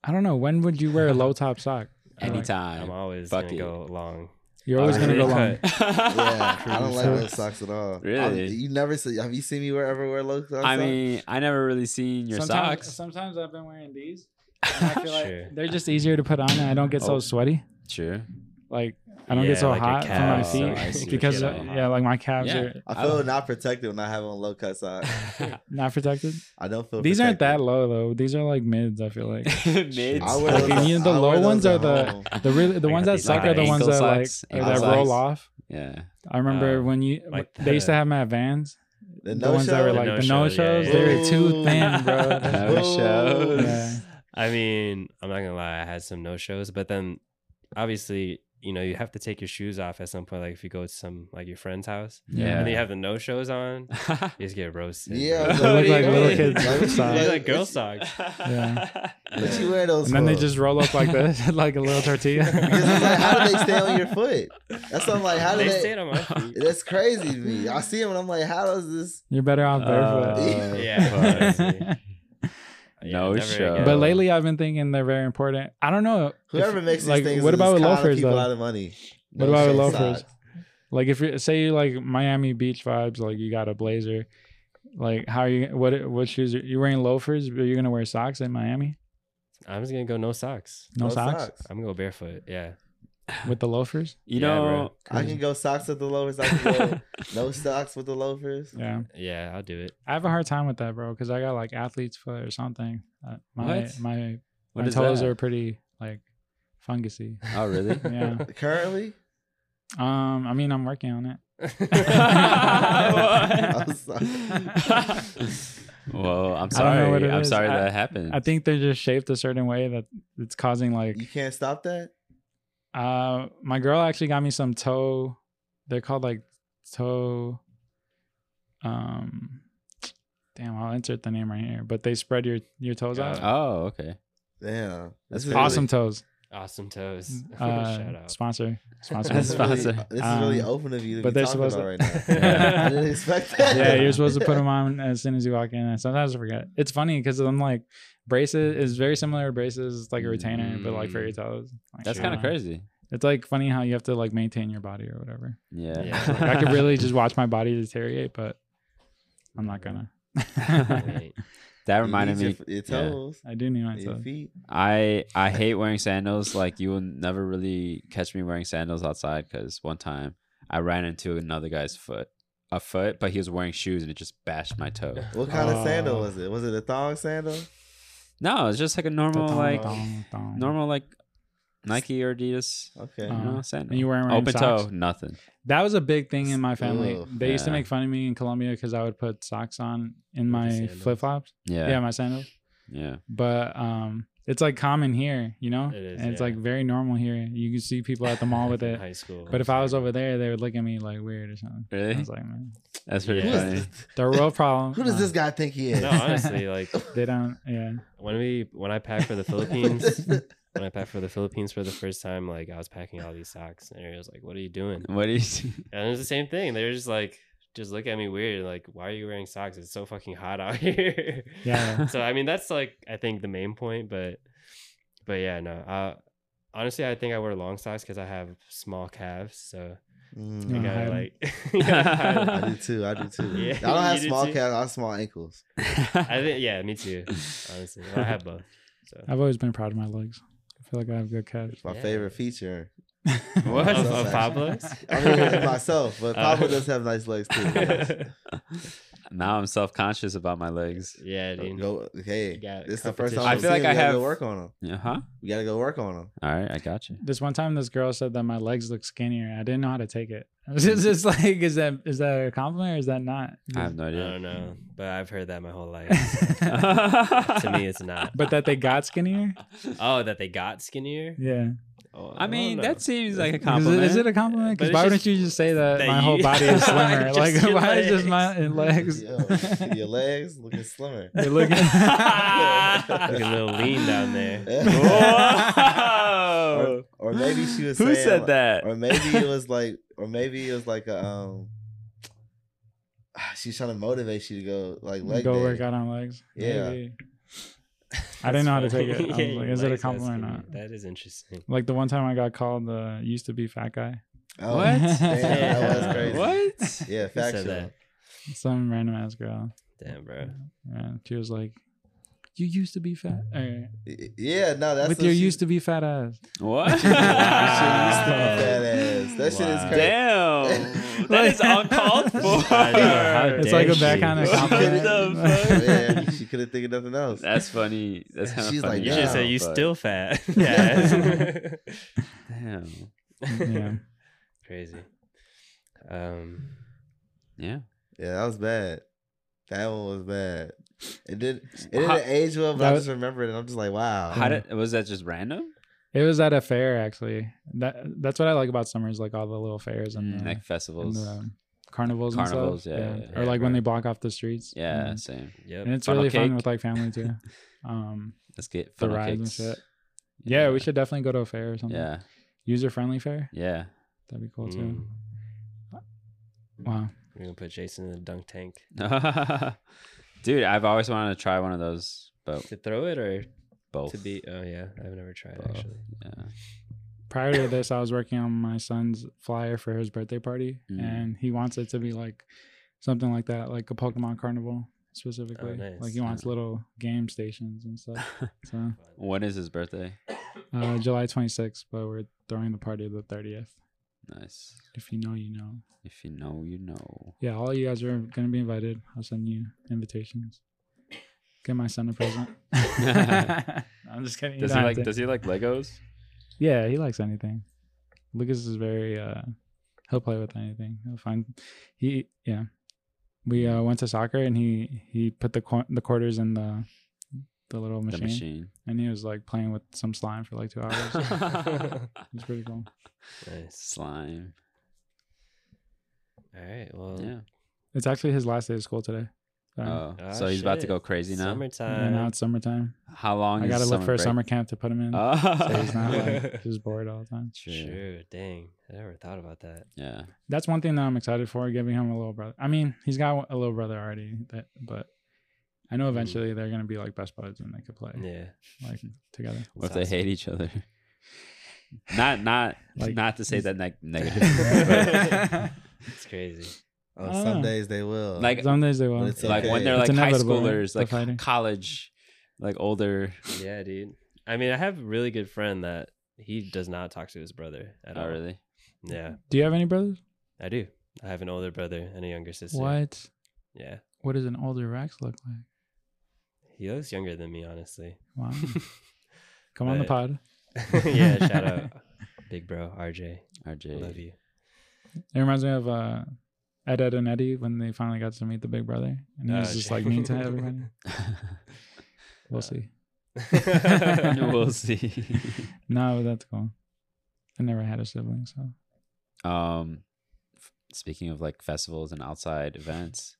C: I don't know, when would you wear a low top sock?
E: I'm like-
B: Anytime.
E: I'm always gonna
B: bucket.
E: go long.
C: You're always
A: I
C: gonna go
A: agree.
C: long.
A: yeah, I don't like
C: So-
A: those socks at all.
B: Really?
A: I- you never see? Have you seen me wear ever wear low socks?
B: I mean, I never really seen your
C: sometimes,
B: socks.
C: Sometimes I've been wearing these. and I feel like
E: Sure.
C: they're just easier to put on, and I don't get
B: Oh.
C: so sweaty.
B: Sure.
C: Like I don't get
E: Yeah,
C: so
E: like your
C: hot from my
E: calves, so I
C: feet
E: see what
C: because
E: you're
C: uh,
E: saying.
C: yeah, like my calves
B: Yeah.
C: are
A: I feel not protected when I have on low cut socks.
C: not protected.
A: I don't feel.
C: These aren't that
A: protected.
C: low though. These are like mids. I feel like
B: Mids.
A: I wear
C: Like,
A: those-
C: you know, the
A: I
C: low
A: wear
C: ones
A: those
C: are
A: at
C: the-
A: home.
C: uh, the really the
E: I
C: ones
E: got
C: that
E: these
C: suck are the
E: high
C: ones
B: ankle
C: that like
B: socks,
C: or
B: ankle
C: that roll
B: socks.
C: off.
B: Yeah.
C: I remember
E: Uh,
C: when you
E: like
C: they used to
E: the-
C: have them at Vans.
A: The
C: The,
A: no
C: ones that
A: show? The
C: were like the
E: no
C: no
E: show, yeah,
C: shows.
E: yeah,
C: They
A: yeah.
C: were too
A: Ooh.
C: thin, bro.
B: No
A: Ooh.
B: shows.
C: Yeah.
E: I mean, I'm not gonna lie, I had some no shows, but then obviously, you know, you have to take your shoes off at some point. Like if you go to some like your friend's house, and then you
B: Yeah.
E: have the no shows on, you just get roasted.
A: Yeah,
E: bro.
A: like,
C: They
A: what do
C: look
A: you
C: like little
A: mean?
C: kids.
A: Like, what you-
E: They're
C: socks.
E: like girl
A: what you-
E: socks.
C: Yeah.
A: What you wear those?
C: And then they
A: for?
C: just roll up like this, like a little
A: Because it's like, how do they
C: tortilla.
A: stay on your foot? That's what I'm like. How do
E: they
A: they?
E: stayed on my feet.
A: That's crazy to me. I see him and I'm like, how does this?
C: You're better off barefoot.
A: Uh,
E: Yeah, honestly. Yeah,
B: No
E: never
B: show.
E: again.
C: but lately, I've been thinking they're very important. I don't know. if-
A: Whoever makes these
C: like,
A: things,
C: what
A: is
C: about with
A: conning
C: loafers
A: People
C: though?
A: out of money.
C: What
A: No
C: about with
A: shit
C: loafers?
A: socks.
C: Like if you say you like Miami Beach vibes, like you got a blazer. Like how are you? What what shoes are you wearing? Loafers? But you're gonna wear socks in Miami?
E: I'm just gonna go no socks.
C: No,
A: No
C: socks?
A: socks.
E: I'm gonna go barefoot. Yeah.
C: with the loafers.
B: You
E: Yeah, bro.
B: know,
A: I can go socks with the loafers. I can go no socks with the loafers.
C: Yeah,
E: Yeah, I'll do it.
C: I have a hard time with that, bro, because I got like athlete's foot or something. Uh, my
B: What?
C: my
B: what
C: my
B: is
C: toes
B: that?
C: are pretty like fungusy.
B: Oh, really?
C: Yeah.
A: Currently,
C: Um, I mean, I'm working on it.
A: I'm sorry.
B: well, I'm
C: I don't know what
B: sorry.
C: it
B: I'm
C: is.
B: sorry
C: I-
B: that happened.
C: I think they're just shaped a certain way that it's causing
A: you
C: like.
A: can't stop that.
C: Uh, my girl actually got me some toe. They're called like toe. Um, damn, I'll insert the name right here. But they spread your your toes out.
B: Oh, okay.
A: Damn,
B: That's
A: This is
C: awesome
A: Really,
C: toes.
E: Awesome toes. Shout
C: Uh,
E: out.
C: sponsor, sponsor.
A: this is really, uh,
B: Sponsor.
A: this is really
C: Um,
A: open of you to be
C: but they're
A: talking about
C: supposed
A: right now. I didn't expect that.
C: yeah, you're supposed to put them on as soon as you walk in. And sometimes I forget. It's funny because I'm like braces is very similar to braces. It's like a retainer, but like for your toes. Like,
B: That's
C: I
B: kind of
C: don't know.
B: crazy.
C: It's like funny how you have to like maintain your body or whatever.
B: Yeah.
E: Yeah.
C: Like, I could really just watch my body deteriorate, but I'm not gonna. I
E: Wait.
B: that
A: You
B: reminded
A: need
B: me.
A: your, your toes,
C: do need my
A: and your
C: toes.
A: feet.
B: I I hate wearing sandals. Like you will never really catch me wearing sandals outside because one time I ran into another guy's foot, a foot, but he was wearing shoes and it just bashed my toe.
A: What kind of sandal
C: Uh,
A: was it? Was it a thong sandal?
B: No, it's just like a
C: Da-
B: normal
C: dong,
B: like
C: dong, dong.
B: normal like Nike or Adidas.
A: Okay.
B: You
C: Uh,
B: know, sandal.
C: And you wearing
B: open
C: socks?
B: toe, nothing.
C: That was a big thing in my family.
A: Ooh,
C: they used to
B: yeah.
C: make fun of me in Colombia because I would put socks on in
E: the
C: my
E: sandals.
C: flip flops.
B: Yeah,
C: Yeah.
B: yeah,
C: my sandals. But um, it's like common here, you know.
E: It is,
C: And it's
E: yeah.
C: like very normal here. You can see people at the mall with
E: From
C: it.
E: High school.
C: But if I was over there, they would look at me like weird or something.
B: Really?
C: I was like, man,
B: That's pretty
E: Yeah.
A: Who,
B: funny.
A: is,
C: the real problem.
A: who does
C: uh,
A: this guy think he is?
E: no, honestly, like
C: They don't. Yeah.
E: when we when I packed for the Philippines, when I packed for the Philippines for the first time, like I was packing all these socks, and it was like, "What are you doing?"
B: What do you? See?
E: And it was the same thing. They were just like, just look at me weird. Like, why are you wearing socks? It's so fucking hot out here.
C: Yeah.
E: so I mean, that's like I think the main point, but but yeah, no. Uh, honestly, I think I wear long socks because I have small calves, so
A: Mm.
C: You
E: I
C: wanna
E: gotta
C: hide
E: like. you gotta hide
A: I do
E: them.
A: too. I do too.
E: Yeah,
A: I don't have
E: you do
A: small
E: too.
A: calves. I have small ankles.
E: I think yeah, me too. Honestly, Well, I have both. So
C: I've always been proud of my legs. I feel like I have good calves.
A: It's my
E: Yeah.
A: favorite feature.
E: what
A: Of-
E: of,
A: of
E: Pablo's?
A: I mean, myself, but
E: Uh,
A: Pablo does have nice legs too.
B: now I'm self conscious about my legs.
E: yeah, dude.
A: Go, hey,
E: You got
A: this is the first time
E: competition.
A: I
B: I feel like I
A: gotta
B: have-
A: go work on them.
B: Uh huh.
A: We gotta go work on them.
B: All right, I got you.
C: This one time, this girl said that my legs look skinnier. I didn't know how to take it. It's just it's like, is that is that a compliment or is that not?
B: I have no
E: I
B: idea.
E: don't know, but I've heard that my whole life. Uh, to me, it's not.
C: but that they got skinnier.
E: Oh, that they got skinnier.
C: Yeah.
E: Oh,
B: I
E: don't
B: mean,
E: know.
B: that seems like a
C: Is it,
B: compliment.
C: is it a compliment?
E: But it's
C: Because why wouldn't
E: just
C: you just say that,
E: that
C: my whole
E: you-
C: body is slimmer?
E: Just
C: like,
E: your
C: why is just my
E: legs.
C: legs?
A: Yo, your legs looking slimmer.
C: You're looking.
E: Looking a little lean down there.
B: Whoa!
A: or, or maybe she was.
B: Who
A: saying,
B: said
A: like-
B: that?
A: Or maybe it was like, or maybe it was like a um. She's trying to motivate you to go like leg
C: Go
A: day.
C: work out on legs.
A: Yeah.
C: Maybe. I didn't know how to take it. I
E: Yeah,
C: was like,
E: your
C: is it a
E: legs got
C: compliment or
E: skinnier.
C: not?
E: That is interesting.
C: Like the one time I got called the used to be fat guy.
A: Oh,
B: What?
A: Damn, that was
E: Yeah.
A: crazy.
B: What?
A: Yeah,
E: Who said
A: factual.
E: that?
C: Some random ass girl.
E: Damn, bro.
C: Yeah. She was like, You used to be fat. Or,
A: Y- Yeah, no, that's
C: with
A: what
C: your
A: she-
C: used to be fat ass.
B: What?
A: She used to be fat ass. That shit is
E: Wow.
A: crazy.
B: Damn, that is uncalled for.
E: I know, how
C: It's
E: dare
C: like a
E: she.
C: backhand
B: What
C: compliment.
B: the fuck?
A: yeah, she couldn't think of nothing else.
B: That's funny. That's kind of
A: She's
B: funny.
A: like,
E: You
A: Yeah,
E: should say you
B: but-
E: still fat.
C: Yeah.
B: Damn.
C: yeah.
E: Crazy. Um.
B: Yeah.
A: Yeah, that was bad. That one was bad. It did. It didn't
B: How-
A: age well, but
C: That
A: I
C: was-
A: just remembered it. and I'm just like, wow.
B: How did? Was that just random?
C: It was at a fair actually. That that's what I like about summers, like all the little fairs and, the,
B: Mm, Like
C: and uh,
B: festivals.
C: the carnivals,
B: Carnivals,
C: and
B: yeah,
C: stuff.
B: yeah,
C: or
E: yeah,
C: like when
E: right.
C: they block off the streets.
B: Yeah,
C: and,
B: same.
E: Yep.
C: and it's
B: Funnel
C: really fun
B: cake.
C: with like family too. Um,
B: Let's get
C: the
B: funnel
C: rides and
B: cakes.
C: shit. Yeah, we should definitely go to a fair or something.
B: Yeah,
C: User friendly fair.
B: yeah.
C: That'd be cool too.
E: Mm.
B: Mm.
C: Wow.
E: We're gonna put Jason in the dunk tank
B: Dude, I've always wanted to try one of those, but
E: to throw it or
B: both.
E: to be. Oh yeah, I've never tried
B: Both.
E: actually.
B: Yeah.
C: Prior to this, I was working on my son's flyer for his birthday party,
B: Mm.
C: and he wants it to be like something like that, like a Pokemon carnival. specifically.
B: Oh,
E: nice.
C: Like he wants little game stations and stuff. So
B: When is his birthday?
C: uh, July 26th, but we're throwing the party the 30th.
B: Nice.
C: If you know, you know.
B: If you know, you know.
C: Yeah, all you guys are gonna be invited. I'll send you invitations. Get my son a present. I'm just kidding. you
B: Does
C: don't
B: he
C: have
B: like?
C: to.
B: Does he like Legos?
C: Yeah, he likes anything. Lucas is very uh he'll play with anything. He'll find he yeah. We uh went to soccer and he he put the qu- the quarters in the the little machine,
B: The machine.
C: and he was like playing with some slime for like 2 hours. it's pretty cool.
E: Nice.
B: Slime.
E: All right. Well,
B: Yeah.
C: It's actually his last day of school today. So,
B: Oh,
E: Ah,
B: so he's about to
E: shit.
B: go crazy now.
C: and
E: Summertime.
C: now it's summertime.
B: How long?
C: I
B: is
C: got to look
B: summer
C: for a
B: break?
C: summer camp to put him in.
B: Oh.
C: so he's not like just bored all the time.
B: Sure.
E: Sure. Dang. I never thought about that.
B: Yeah.
C: That's one thing that I'm excited for, giving him a little brother. I mean, he's got a little brother already, that, but I know eventually they're gonna be like best buds and they could play
E: Mm-hmm. Yeah.
C: like together.
B: What if
E: That's
B: they hate
E: awesome.
B: each other? Not not
C: Like-
B: not to say that neg- negative.
C: I
E: It's crazy.
C: I
A: On
C: don't
A: some
C: know.
A: days they will.
B: Like-
C: Some days they
A: But
C: will.
A: it's
B: Like when
A: okay.
B: they're like
C: It's
B: high
C: inevitable, right?
B: schoolers,
C: The
B: like
C: fighting.
B: college, like older.
E: Yeah, dude. I mean, I have a really good friend that he does not talk to his brother at
B: Oh,
E: all.
B: really?
E: Yeah,
C: Do you have any brothers?
E: I do. I have an older brother and a younger sister.
C: What?
E: Yeah.
C: What does an older Rex look like?
E: He looks younger than me, honestly.
C: Wow. Come on the
E: But-
C: pod.
E: yeah, shout out. Big bro, RJ.
B: RJ.
E: Love you.
C: It reminds me of uh, Ed, Ed, and Eddie when they finally got to meet the big brother, and he
E: Ah,
C: was just
E: shit.
C: like mean to everybody. We'll
E: Uh,
C: see.
B: we'll see.
C: No, that's cool. I never had a sibling, so
B: Um, f- speaking of like festivals and outside events,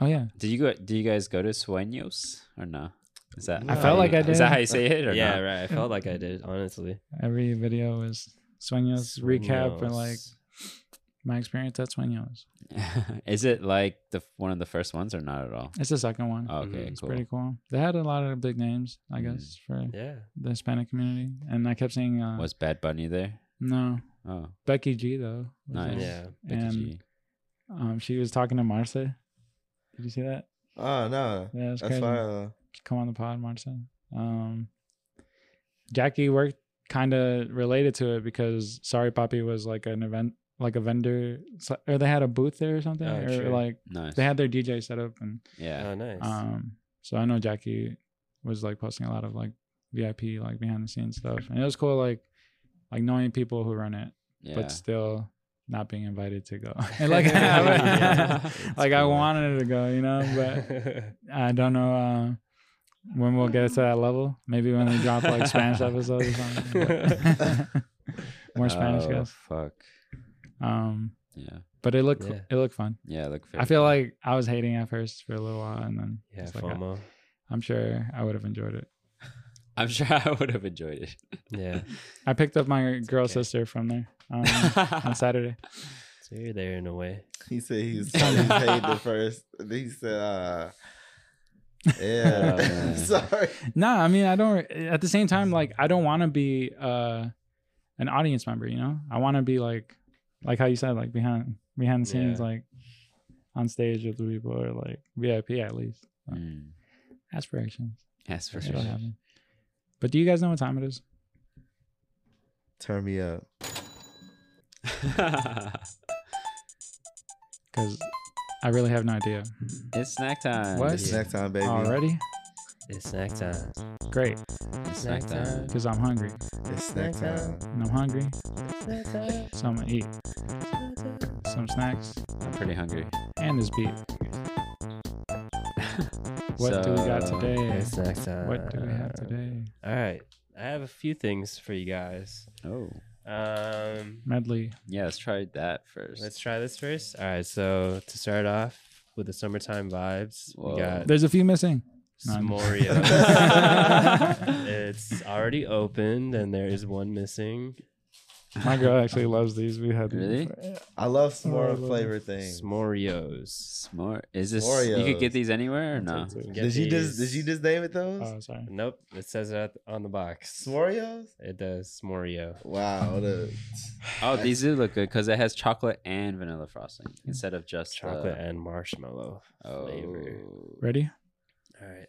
C: oh yeah.
B: did you go? Do you guys go to Sueños or no? Is that
A: I
B: how
A: felt
B: you-
A: like I
B: Is
C: did.
B: that how you say it or
E: yeah,
B: no?
E: right. I felt like I did, honestly.
C: Every video was Sueños recap or like
E: Sueños.
C: my experience at Sueños.
B: is it like the f- one of the first ones or not at all?
C: It's the second one.
B: Oh, okay,
E: Mhm.
C: it's
B: cool.
C: Mm-hmm. pretty cool. They had a lot of big names, I
B: Mm.
C: guess, for
E: Yeah.
C: the Hispanic community. And I kept seeing uh,
B: Was Bad Bunny there?
C: no
B: Oh,
C: Becky G though. was
B: Nice.
E: Yeah.
C: there.
B: Becky
C: And
B: G.
C: um, she was talking to Marcia. Did you see that?
A: oh no,
C: Yeah, it's
A: that's
C: crazy.
A: fire. though.
C: Come on the pod, Marcia. Um, Jackie worked kind of related to it because Sorry Poppy was like an event, like a vendor, or they had a booth there or something,
E: Oh,
C: or
E: sure.
C: like
B: Nice.
C: they had their DJ set up and
B: yeah.
E: Oh, nice.
C: um so I know Jackie was like posting a lot of like VIP like behind the scenes stuff and it was cool like like knowing people who run it
B: Yeah.
C: but still not being invited to go and like I-
E: Yeah, it's
C: like I
E: cool.
C: wanted to go you know but I don't know uh when we'll get to that level maybe when we drop like Spanish episodes or something but- more Spanish
B: oh,
C: guys
B: Fuck.
C: um
B: Yeah.
C: but it looked
E: Yeah.
C: it looked fun
B: Yeah. Look.
C: I feel like I was hating at first for a little while and then
E: yeah,
C: it's like, I-
E: FOMO.
C: I'm sure I would have enjoyed it.
B: I'm sure I would have enjoyed it.
E: Yeah.
C: I picked up my girl
E: okay.
C: sister from there um, on Saturday.
E: So you're there in a way.
A: He said he was trying to hate the first. and He said, uh,
B: Oh,
A: "Yeah,
B: man.
A: sorry."
C: Nah, I mean, I don't. At the same time, like, I don't want to be uh, an audience member. You know, I want to be like, like how you said, like behind behind the scenes,
E: Yeah.
C: like on stage with the people or like VIP at least.
B: Mm.
C: Aspirations.
B: Yes, for
C: It'll
B: sure.
C: happen. But do you guys know what time it is?
A: Turn me up.
C: Because I really have no idea.
B: it's snack time.
C: What?
A: It's next time, baby.
C: Already?
E: It's snack
C: Uh,
E: time.
C: Great.
B: It's snack time.
C: Because I'm hungry.
A: It's next time.
C: And I'm hungry. So I'm going to eat some snacks
B: I'm pretty hungry.
C: and this beat. What do we got
B: So,
C: today?
E: It's snack time.
C: What do we have today?
E: All right. I have a few things for you guys.
B: Oh.
E: Um,
C: Medley.
B: Yeah. Let's try that 1st
E: let's try this first. All right. So to start off with the summertime vibes,
B: Whoa.
E: we got
C: There's a few missing. No, I'm-
E: Smoria. it's already opened, and there is one missing.
C: My girl actually loves these. We had
B: Really?
A: I love s'more
C: Oh, I love
A: flavor things.
E: S'morios.
B: S'more. Is this you could
A: Oreos.
B: get these anywhere or no?
E: Get
A: Did you just did
E: these-
A: you just name it those?
C: Oh, sorry.
E: Nope. It says that on the box.
A: S'morios?
E: It does s'morio.
A: Wow, what a-
B: Oh, these do look good because it has chocolate and vanilla frosting instead of just uh, oh,
E: Chocolate and marshmallow flavor.
B: Ready?
C: Ready?
E: All right.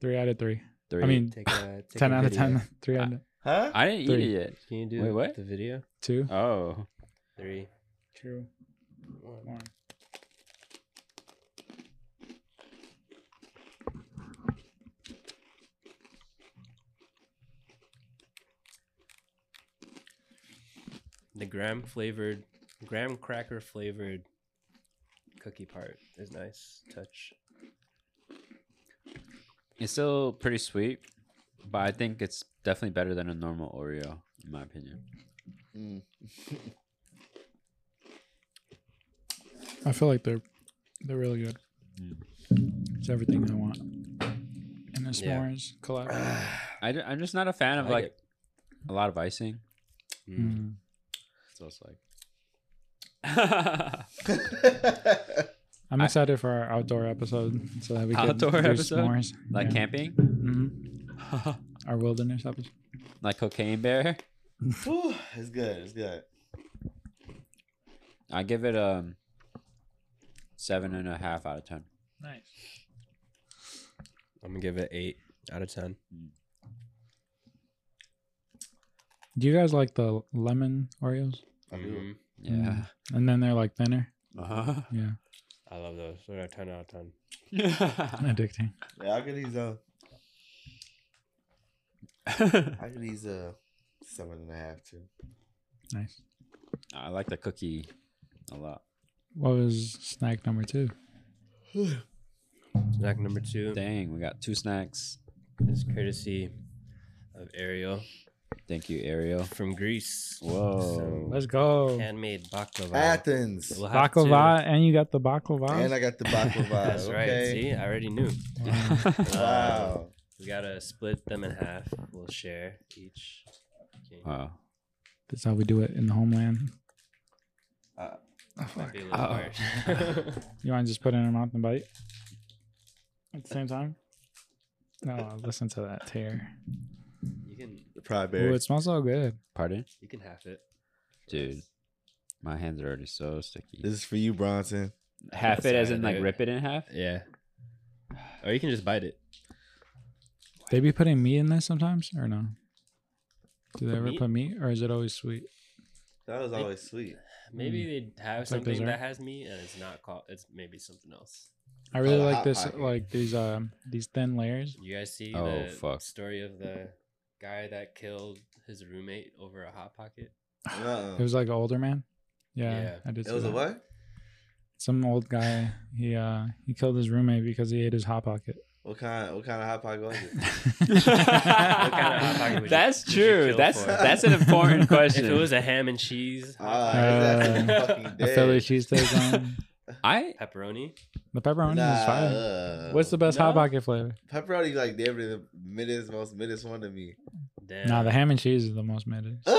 C: Three out of three.
B: Three.
C: I mean,
E: Take a, take
C: ten
E: a
C: out of
E: video.
C: ten. Three out of
A: huh?
B: I didn't
C: Three.
B: eat it
E: Can you do
B: Wait, what?
E: the video?
C: two.
B: yet. Oh,
E: Three.
C: Two.
E: One.
C: One.
E: The graham flavored, graham cracker flavored cookie part is nice touch.
B: it's still pretty sweet, but I think it's definitely better than a normal Oreo in my opinion.
A: Mm.
C: I feel like they're they're really good.
B: Mm.
C: It's everything I want. And the
E: Yeah.
C: s'mores collab.
B: I am just not a fan of
E: I like
B: like a lot of icing.
E: Mm.
C: Mm.
B: So it's like
C: I'm
B: I-
C: excited for our outdoor episode so that we can
B: Outdoor
C: do
B: episode?
C: s'mores.
B: like
C: Yeah.
B: camping,
C: Mhm. Our wilderness episode.
B: like cocaine bear.
A: Whew, it's good, it's good.
B: I give it um seven and a half out of ten.
C: Nice.
E: I'm gonna give it eight out of ten.
C: Do you guys like the lemon Oreos? Mm.
A: I
E: Mm-hmm.
A: do.
E: Mm.
B: Yeah.
C: And then they're like thinner.
B: Uh-huh.
C: Yeah.
E: I love those. They're a ten out of ten.
C: Addicting.
A: Yeah, I could use uh I could use uh seven and a half too.
C: Nice.
B: I like the cookie a lot.
C: What was snack number two?
E: Snack number two
B: Dang, we got two snacks.
E: is courtesy of Ariel
B: Thank you, Ariel.
E: from Greece.
B: Whoa.
C: Let's go.
E: Handmade baklava.
A: Athens.
E: We'll have to-
C: Baklava, and you got the baklava.
A: And I got the baklava.
E: That's right.
A: okay.
E: See, I already knew.
C: Wow.
A: Wow.
E: We gotta split them in half. We'll share each. Okay.
B: Wow.
C: That's how we do it in the homeland.
A: Uh,
E: Might be a little
B: Oh.
E: harsh.
C: You want to just put it in her mouth and bite at the same time? No, listen to that tear.
E: you can
A: The pride
C: Ooh,
A: berry.
C: it smells so good.
B: Pardon?
E: you can half it. for
B: Dude.
E: us.
B: My hands are already so sticky.
A: This is for you, Bronson.
B: half
E: That's
B: it as
E: all
B: in
E: right,
B: like
E: dude.
B: rip it in half?
E: Yeah. Or you can just bite it.
C: They be putting meat in this sometimes, or no? Do they
E: Put
C: ever
E: meat?
C: put meat, or is it always sweet?
A: That was always sweet.
E: Maybe they have
C: Hmm. It's like
E: something
C: dessert.
E: that has meat and it's not called. It's maybe something else.
C: I really
A: Oh,
C: like
A: hot
C: this,
A: pocket.
C: like these, um, these thin layers.
E: You guys see
B: Oh,
E: the
B: fuck.
E: story of the guy that killed his roommate over a hot pocket?
A: Uh-uh.
C: It was like an older man. Yeah,
E: Yeah.
C: I did.
A: It
C: see
A: was a
C: that.
A: what?
C: Some old guy. He uh, he killed his roommate because he ate his hot pocket.
A: What kind? What kind of hot pocket was it?
E: Hot Pocket would you-
B: that's
E: would you
B: true.
E: kill
B: That's
E: for?
B: that's an important question.
E: if it was a ham and cheese,
A: Ah,
C: Uh,
A: he's actually fucking
C: The
A: dead.
C: Philly cheesesteak on
B: I
E: pepperoni,
C: the pepperoni is
A: Nah,
C: fire.
A: uh,
C: What's the best hot
E: no.
C: pocket flavor?
A: pepperoni? Like they're the middest, most middest one to me.
E: damn.
C: Nah, the ham and cheese is the most mid.
A: Uh,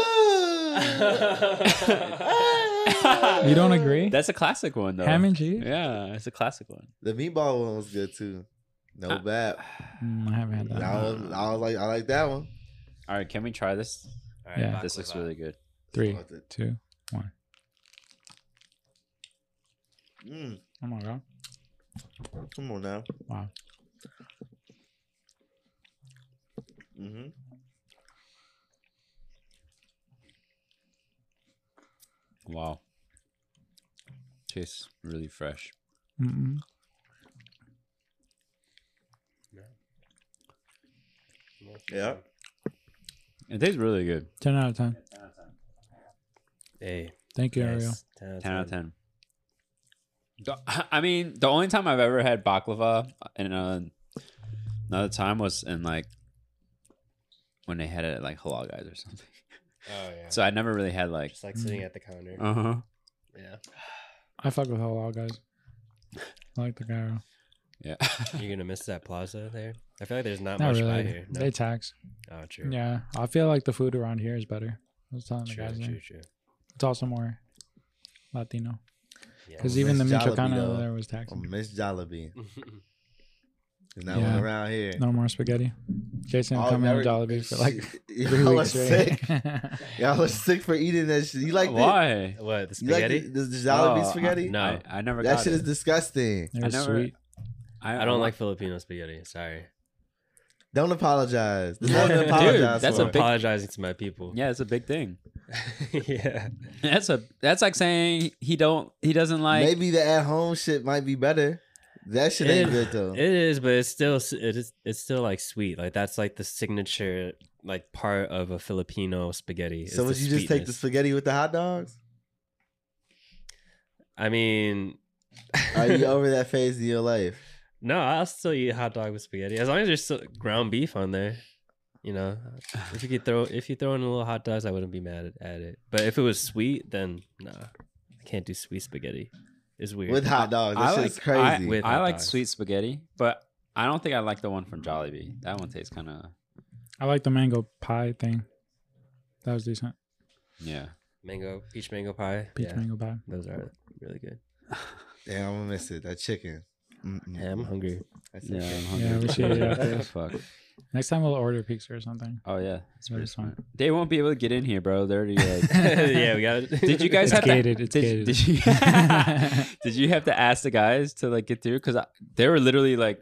C: You
A: you
C: don't agree?
B: that's a classic one though.
C: ham and cheese?
B: yeah, it's a classic one.
A: The meatball one was good too. No
B: Uh,
A: bad.
C: Mm, I haven't had
A: I
C: that.
A: was, I was like, I like that one.
B: All right, can we try this?
E: All right,
C: Yeah.
B: This looks
E: baklava.
B: really good.
C: Three.
A: Fuck it.
C: Two.
A: Mm,
C: Oh my god.
A: come on now.
C: Wow.
A: hmm
B: Wow. Tastes really fresh.
C: Mm-mm.
A: Yeah.
B: It tastes really good.
C: Ten out of ten.
E: Hey.
C: Thank you, Ariel.
E: yes,
B: 10 out of 10. The- I mean, the only time I've ever had baklava in uh, another time was in like when they had it at like Halal Guys or something.
E: Oh yeah. Uh-huh.
B: So I never really had like.
E: just like sitting at the counter.
B: Uh huh.
E: Yeah.
C: I fuck with halal guys. I like the gyro.
B: Yeah.
E: You're gonna miss that plaza there. I feel like there's not,
C: Not
E: much by
C: really.
E: here. No.
C: They tax.
E: Oh, true.
C: Yeah, I feel like the food around here is better. I was telling the
E: True,
C: guys
E: true,
C: there.
E: true.
C: It's also more Latino
E: Yeah.
C: because
A: Well,
C: even the
A: Miss Jollibee,
C: Michoacano
A: though.
C: there was
A: Or
C: taxing.
A: Miss Jollibee. There's not
C: Yeah.
A: one around here.
C: No more spaghetti. Jason
A: I'll
C: coming
A: never-
C: to Jollibee for like three
A: y'all are
C: weeks straight.
A: sick. Y'all are sick for eating that shit. You like the-
B: Why?
E: What the
A: You like
E: spaghetti?
A: the, the Jollibee
B: Oh, I-
A: spaghetti?
E: no.
B: I, I never
A: that
B: got
A: shit
B: it.
A: is disgusting.
C: They're
B: I never-
C: sweet.
E: I don't like Filipino spaghetti. Sorry.
A: Don't apologize. There's nothing to
E: Dude,
A: apologize
B: that's
A: for.
B: a
E: I'm
B: big-
E: apologizing to my people.
B: Yeah, it's a big thing.
E: yeah.
B: That's a that's like saying he don't he doesn't like
A: Maybe the at home shit might be better. That shit ain't
E: It-
A: good though.
E: It is, but it's still s- it is it's still like sweet. Like that's like the signature like part of a Filipino spaghetti. is
A: so would
E: the
A: you just take the
E: sweetness.
A: spaghetti with the hot dogs?
E: I mean,
A: Are you over that phase of your life?
E: no, I'll still eat hot dog with spaghetti as long as there's still ground beef on there. You know, if you could throw if you throw in a little hot dogs, I wouldn't be mad at, at it. But if it was sweet, then nah, I can't do sweet spaghetti. It's weird.
A: With hot dogs. That
B: I
A: shit's
B: like- I-
A: crazy.
E: With
B: I
E: hot
B: like
E: dogs.
B: sweet spaghetti, but I don't think I like the one from Jollibee. That one tastes kind of
C: I like the mango pie thing. That was decent.
B: yeah.
E: mango peach mango pie.
C: Peach
E: yeah,
C: mango pie.
E: those are really good.
A: Damn, I'm gonna miss it. That chicken. Mm-mm.
E: Yeah, I'm hungry.
A: That's
B: Yeah,
A: okay.
B: I'm
C: Yeah,
B: hungry.
C: we should eat after
B: Yeah,
C: this.
B: fuck.
C: Next time we'll order pizza or something.
B: Oh yeah, that's
C: That'd
B: pretty
C: be fun.
B: smart. They won't be able to get in here, bro. They're already like.
E: yeah, we got.
B: Did you guys
C: It's
B: have
C: gated,
B: to?
C: it's
B: Did,
C: gated.
B: did you did you have to ask the guys to like get through? Because they were literally like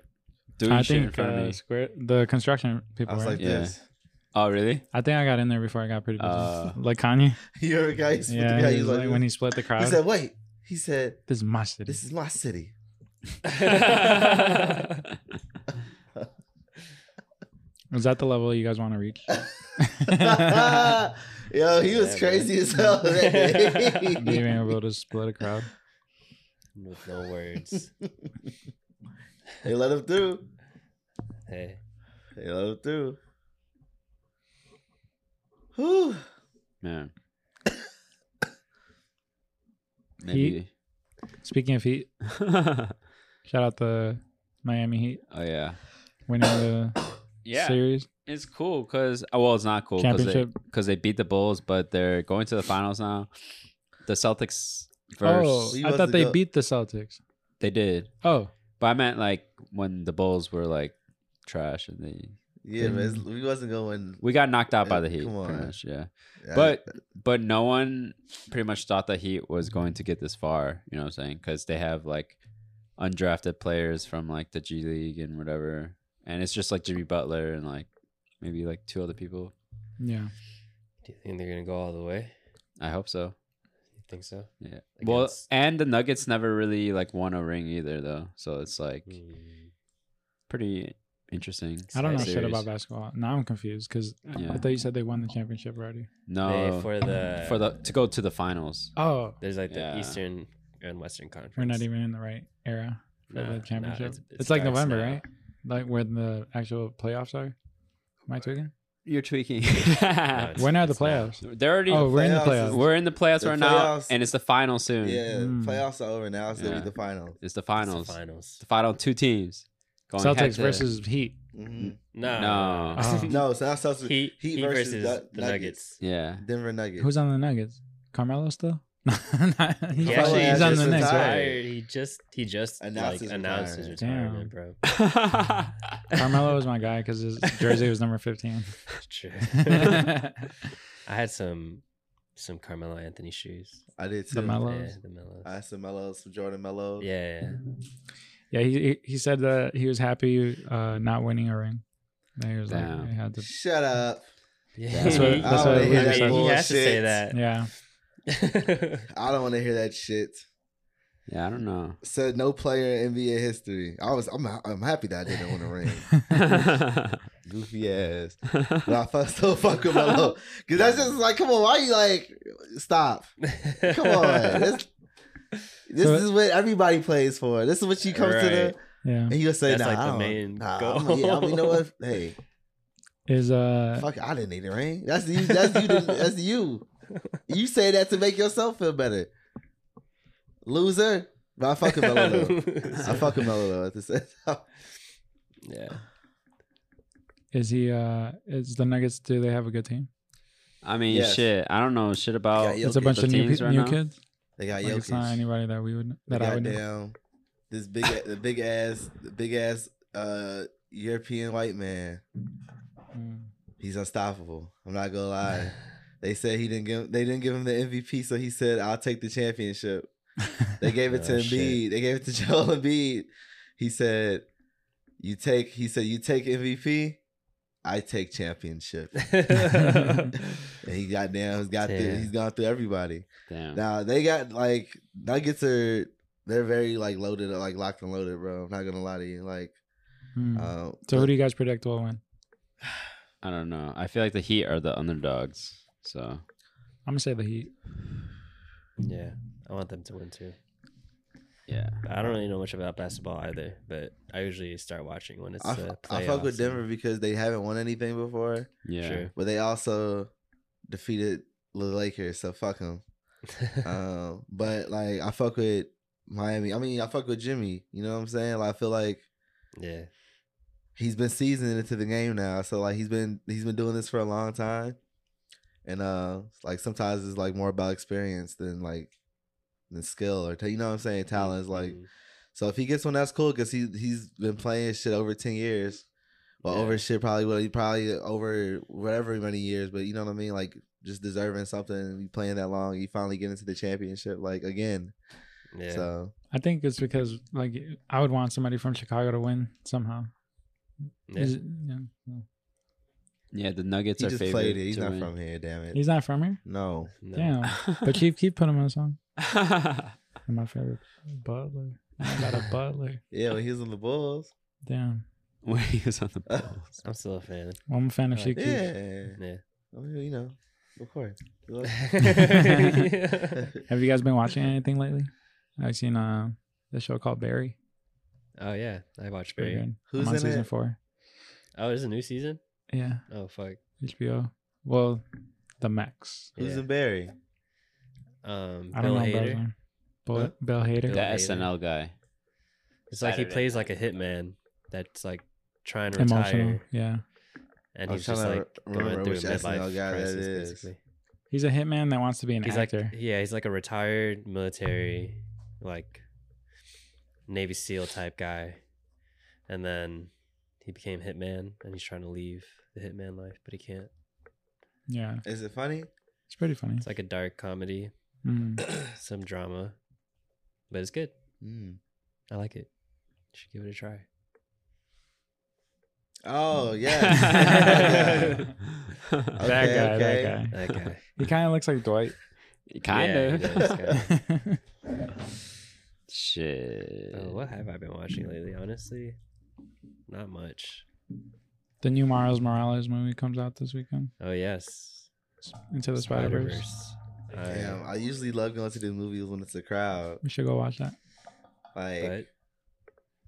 B: doing
C: I
B: shit in
C: think
B: front of
C: uh,
B: me.
C: square, the construction
A: I
C: people.
A: was
C: were.
A: like
B: Yeah.
A: this.
C: uh,
B: Oh really?
C: I think I got in there before I got pretty busy.
B: Uh,
C: like Kanye.
A: You ever guy used to put
C: Yeah,
A: the guy
C: he
A: he's
C: was like,
A: like,
C: when
A: he,
C: he split the crowd.
A: said, wait. He said,
C: this is my city.
A: This is my city.
C: is that the level you guys want to reach?
A: Yo, he was
E: Yeah,
A: crazy
E: man.
A: as hell that
C: Being
A: day.
C: able to split a crowd.
E: With no words.
A: they let him through.
E: Hey,
A: They let him through. Whew.
B: Man. Maybe.
C: Heat? Speaking of heat,
B: oh
C: shout out the Miami Heat
B: yeah.
C: winning the
B: Yeah,
C: series
B: it's cool because well, it's not cool because they,
C: championship.
B: 'cause they beat the Bulls, but they're going to the finals now. The Celtics versus
C: Oh,
A: He
C: I
A: wasn't
C: thought they
A: go-
C: beat the Celtics.
B: they did,
C: Oh,
B: but I meant like when the Bulls were like trash and they
A: Yeah, man, it's- we wasn't going.
B: we got knocked out by
A: Uh,
B: the Heat.
A: come
B: pretty
A: on.
B: much, yeah.
A: I-
B: But but no one pretty much thought the Heat was going to get this far. You know what I'm saying? Because they have like undrafted players from like the G League and whatever, and it's just like Jimmy Butler and like maybe like two other people.
C: yeah.
E: do you think they're gonna go all the way?
B: I hope so.
E: You think so?
B: Yeah. Well,
E: Against-
B: and the Nuggets never really like won a ring either, though. So it's like
A: Hmm.
B: Mm. pretty interesting.
C: I don't know shit
B: series.
C: about basketball. Now I'm confused because
B: Yeah.
C: I thought you said they won the championship already.
B: No,
E: They- for the
B: for the to go to the finals.
C: Oh,
E: there's like the
B: Yeah.
E: Eastern and Western Conference.
C: we're not even in the right era for
E: Nah, nah,
C: the
E: it
C: championship. it's,
E: starts
C: like November,
E: now.
C: right? Like when the actual playoffs are. Am I tweaking?
B: You're tweaking.
E: No, it's-
C: When are the
E: it's now.
C: playoffs?
B: They're already.
C: Oh, we're in the
A: playoffs is-
C: playoffs.
B: We're in the playoffs
A: The
B: right
A: playoffs-
B: now, and it's the final soon.
A: yeah,
C: Mm.
A: playoffs are over now. So
B: Yeah.
A: be the final.
B: It's the
E: It's the
B: finals.
E: finals.
B: the final two teams.
C: Celtics
B: head-to-
C: versus Heat.
A: Mhm.
E: No.
B: No.
C: Oh.
A: No, it's not Celtics.
E: Heat, Heat versus,
A: Nug-
E: the Nuggets.
B: Yeah.
A: Denver Nuggets.
C: Who's on the Nuggets? Carmelo still? he's,
E: He
A: Carmelo
E: actually
C: he's on the
A: just
C: Knicks, right?
A: retired.
E: retired. He just he just
A: Announced
E: like
A: his
E: announced his
C: retirement.
E: retirement, bro.
C: Carmelo is my guy because his jersey was number 15.
E: True.
C: the
E: I had some some Carmelo Anthony shoes.
A: I did too.
E: Yeah,
C: Mellows.
E: the Mellows.
A: I had some Mellow, some Jordan Mellow.
E: yeah, yeah.
C: Yeah, he he- he said that he was happy uh, not winning a ring. That he was
B: Damn.
C: like, he had to,
A: Shut up.
E: Yeah.
C: That's what- that's what
E: I
C: it
E: mean,
C: is.
E: he has to say
A: Bullshit.
E: that.
C: yeah.
A: I don't want to hear that shit.
B: Yeah, I don't know.
A: Said no player in NBA history. I was. I'm. I'm happy that I didn't win a ring. Goofy ass. But I fuck, still fuck with Melo. Cause that's just like, come on, why you like stop? Come on. This, this
C: So-
A: is what everybody plays for. This is what you come to the
E: Right.
C: Yeah.
A: and you'll say,
E: That's
A: nah,
E: like
A: I
E: the
A: don't,
E: main
A: nah,
E: goal.
A: I'm- yeah, I'm- you know what? Hey,
C: Is uh
A: fuck, I didn't need a ring. That's you. That's you. That's you. You say that to make yourself feel better. Loser. But I fuck with Melo. though. I fuck with Melo though. At the same time.
E: yeah.
C: is he uh is the Nuggets do they have a good team?
B: I mean,
A: Yes.
B: shit. I don't know shit about.
A: Yeah,
C: it's a
A: Jokic.
C: bunch
B: The
C: of new,
B: teams
C: pe-
B: right
C: new
B: now?
C: kids.
A: They got
C: Like, it's not
A: Jokic.
C: anybody that we would
A: They
C: that I
A: got
C: would know.
A: down this big the big ass the big ass uh European white man.
C: Mm.
A: He's unstoppable. I'm not gonna lie. They said he didn't give they didn't give him the MVP, so he said I'll take the championship. They gave it to
E: Oh,
A: Embiid.
E: shit.
A: They gave it to Joel Embiid. He said, "You take." He said, "You take MVP. I take championship." And he got down. He's got. Through,
E: Damn. Mm.
A: he's gone through everybody.
B: Damn.
A: Now they got like Nuggets are. They're very like loaded, like locked and loaded, bro. I'm not gonna lie to you. Like,
C: Mm.
A: uh,
C: so who do you guys predict will win?
B: I don't know. I feel like the Heat are the underdogs. So
C: I'm gonna say the Heat.
E: yeah, I want them to win too.
B: yeah.
E: I don't really know much about basketball either, but I usually start watching when it's.
A: I,
E: uh,
A: f- I fuck
E: playoffs
A: with
E: and-
A: Denver because they haven't won anything before,
B: Yeah.
E: Sure.
A: but they also defeated the Lakers. So fuck them. um, but like I fuck with Miami. I mean, I fuck with Jimmy. You know what I'm saying? Like I feel like
E: yeah,
A: he's been seasoned into the game now. So like he's been he's been doing this for a long time. And uh like sometimes it's like more about experience than like than skill or ta- you know what I'm saying? Talent is like
E: Mhm.
A: so if he gets one that's cool because he he's been playing shit over ten years. Well
E: Yeah.
A: over shit probably well, he probably over whatever many years, but you know what I mean? Like just deserving something and you playing that long, you finally get into the championship like again.
E: yeah.
A: So
C: I think it's because like I would want somebody from Chicago to win somehow.
E: yeah.
C: Is it- yeah, yeah.
B: Yeah. The Nuggets
A: he
B: are
A: just
B: favored.
A: played it. He's
B: to
A: not
B: win.
A: from here, damn it.
C: He's not from here.
A: no.
E: No.
C: Damn. But keep keep putting him on a song.
B: yeah.
C: And my favorite Butler. I got a Butler.
A: Yeah, when he was on the Bulls.
C: Damn.
B: when he was on the Bulls.
E: I'm still a fan.
C: Well, I'm a fan of
E: Alright.
C: Sheik.
A: Yeah.
E: Yeah.
A: I mean, you know, of course. We love-
C: Have you guys been watching anything lately? I've seen uh the show called Barry.
E: oh yeah, I watched
C: Very
E: Barry.
C: good.
A: Who's
C: I'm on
A: in
C: season
A: it?
C: four.
E: Oh, there's a new season.
C: Yeah.
E: Oh fuck.
C: HBO. Well, the Max.
A: Who's
E: Yeah.
A: in Barry?
E: Um,
C: I
E: Bill
C: don't know about
E: Hader.
C: his name. Bill,
A: Huh?
C: Bill Hader.
B: The
E: Bill Hader.
B: SNL guy.
E: It's like he
B: Saturday
E: plays
B: night.
E: like a hitman that's like trying to retire,
C: Emotional. Yeah.
E: and
A: I
E: he's
A: was trying
E: just
A: to
E: like
A: re-
E: going
A: remember
E: through a
A: which SNL
E: midlife
A: guy that
E: crisis.
A: is.
E: Basically,
C: He's a hitman that wants to be an
E: he's
C: actor.
E: like yeah, he's like a retired military, like Navy SEAL type guy, and then he became hitman, and he's trying to leave the hitman life, but he can't.
C: yeah.
A: Is it funny?
C: It's pretty funny.
E: It's like a dark comedy,
C: Mm.
E: some drama, but it's good.
A: Mm.
E: I like it. You should give it a try.
A: Oh, yeah.
C: That
A: Okay,
C: that guy,
A: okay.
C: that guy.
E: That guy.
C: He kind of looks like Dwight.
B: Kind
E: Yeah,
B: of.
E: he does, kinda.
B: Shit.
E: Oh, what have I been watching lately? Honestly, not much.
C: the new Miles Morales movie comes out this weekend.
E: Oh yes,
C: Into the Spider Verse.
E: I-
A: Damn, I usually love going to the movies when it's a crowd.
C: We should go watch that.
A: Like,
E: but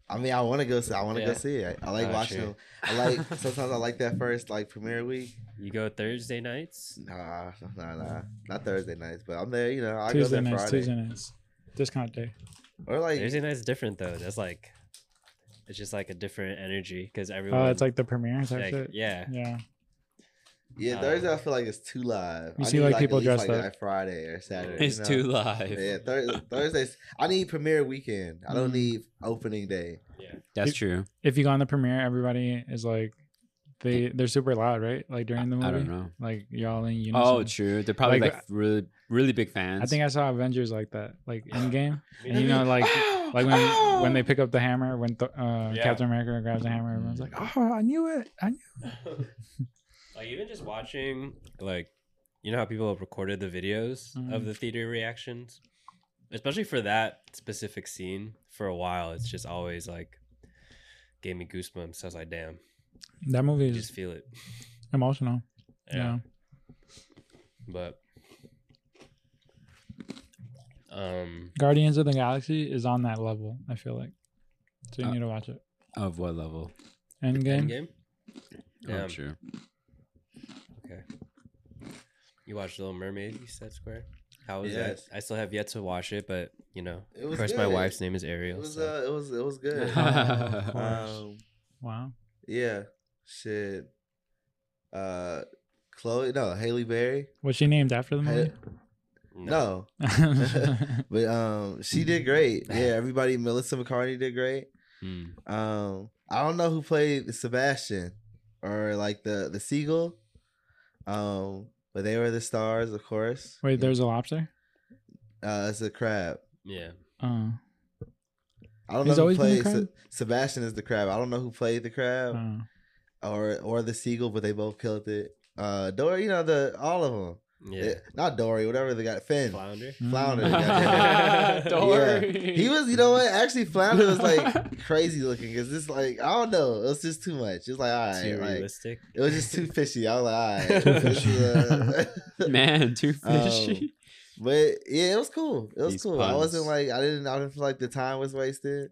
A: I mean, I want to go. See, I want to
E: Yeah.
A: go see it. I, I like
E: Oh,
A: watching
E: sure.
A: them. I like sometimes I like that first like premiere week.
E: you go Thursday nights.
A: Nah, nah, nah, not Thursday nights, but I'm there. You know, I go
C: Tuesday
A: there
C: nights.
A: Friday
C: Tuesday nights. Discount day.
A: or like
E: Thursday night's different though. That's like, it's just like a different energy because everyone.
C: Oh, it's like the premiere. Type
E: like,
C: shit.
E: yeah,
C: Yeah.
A: Yeah,
E: Uh,
A: Thursday I feel like it's too live.
C: You
A: I
C: see,
A: need,
C: like, people
A: at least,
C: dressed
A: like,
C: up.
A: like, Friday or Saturday.
B: It's
A: you
B: too
A: know?
B: live.
A: Yeah, Thur- Thursdays. I need premiere weekend. I don't
C: Mm.
A: need opening day.
E: yeah.
B: That's true.
C: If you go on the premiere, everybody is like, they they're super loud, right? Like during the movie.
B: I don't know.
C: Like y'all in unison.
B: Oh, true. They're probably
C: Like,
B: like, really, really big fans.
C: I think I saw Avengers like that, like in game, and you know, like like when
A: Oh!
C: when they pick up the hammer, when th- uh,
E: Yeah.
C: Captain America grabs the hammer, everyone's like, "Oh, I knew it! I knew."
E: like even just watching like you know how people have recorded the videos
C: Mhm.
E: of the theater reactions especially for that specific scene for a while it's just always like gave me goosebumps i was like damn
C: It. That movie
E: you
C: is
E: just feel it
C: emotional. Yeah.
E: but um
C: Guardians of the Galaxy is on that level. I feel like, so you
B: Uh,
C: need to watch it.
B: of what level?
C: Endgame.
E: Endgame?
B: Oh,
E: Damn.
B: true.
E: okay you watched little mermaid you said square how was
A: Yes.
E: that i still have yet to watch it but you know
A: It
E: of
A: was
E: course my
A: good.
E: wife's name is
A: It
E: ariel
A: was
E: so.
A: uh, it was it was good.
C: Oh, of course.
A: um,
C: Wow.
A: yeah, shit. Uh, Chloe, no, Haley Berry.
C: Was she named after the
A: Ha-
C: movie?
B: Mm-hmm.
A: no, but um, she
C: Mm-hmm.
A: did great. Yeah, everybody. Melissa McCartney did great.
E: Hmm.
B: Mm.
A: Um, I don't know who played Sebastian or like the the seagull. Um, but they were the stars, of course.
C: Wait, there's a lobster.
A: uh, it's a crab.
E: Yeah.
C: Oh,
A: I don't
C: He's
A: know who
C: always been a
A: played Se-
C: crab?
A: Sebastian is the crab. I don't know who played the crab
C: oh.
A: or or the seagull, but they both killed it. Uh, Dory, you know the all of them.
E: Yeah.
A: not Dory, whatever they got. Finn,
E: Flounder.
A: Flounder. goddamn.
E: Yeah.
D: Don't worry.
A: He was, you know what? Actually, Flounder was like crazy looking because it's like I don't know. It was just too much. It was like all right,
E: Too
A: like
E: realistic.
A: it was just too fishy. I was like, all
C: Too
A: right, this is, uh,
B: Man, too
A: Um,
B: fishy.
A: But yeah, it was cool. It was
B: These
A: cool. I
B: puns.
A: wasn't like I didn't. I didn't feel like the time was wasted.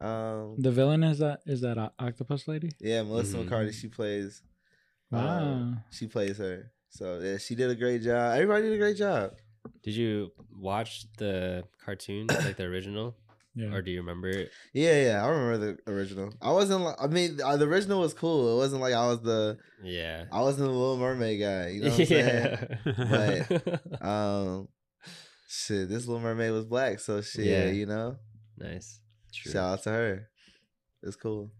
A: Um,
C: The villain is that is that o- octopus lady?
A: yeah, Melissa
E: Mhm.
A: McCarthy. She plays. uh,
C: Wow.
A: she plays her. So yeah, she did a great job. Everybody did a great job.
E: Did you watch the cartoon, like the original,
C: yeah.
E: or do you remember it?
A: Yeah, yeah, I remember the original. I wasn't. like I mean, uh, the original was cool. It wasn't like I was the.
E: Yeah.
A: I wasn't the Little Mermaid guy. You know what I'm saying? Um, shit, this Little Mermaid was black, so shit,
E: Yeah.
A: you know.
E: nice. True.
A: Shout out to her. It's cool.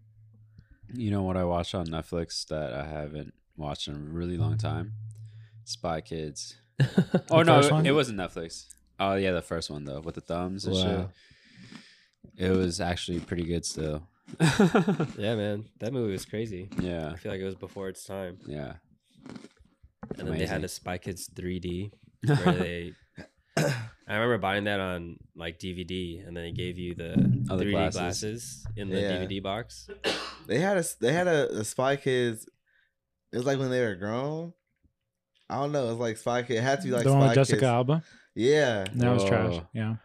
B: You know what I watched on Netflix that I haven't watched in a really long time? Spy Kids. oh
C: The
B: no,
C: first one?
B: it, it wasn't Netflix. Oh yeah, the first one though, with the thumbs and
E: Wow.
B: shit. It was actually pretty good still.
E: yeah, man. That movie was crazy.
B: yeah,
E: I feel like it was before its time.
B: yeah.
E: And then they had
B: Amazing.
E: a Spy Kids 3D where they. I remember buying that on like DVD, and then they gave you the
B: Oh, the
E: 3D glasses.
B: glasses.
E: in the
A: Yeah.
E: DVD box.
A: They had a they had a, a Spy Kids. It was like when they were grown. I don't know. It was like Spy Kids. It had to be like
C: the
A: Spy
C: one with Jessica
A: Kids.
C: Alba.
A: Yeah,
C: That was trash.
B: Whoa.
C: Yeah.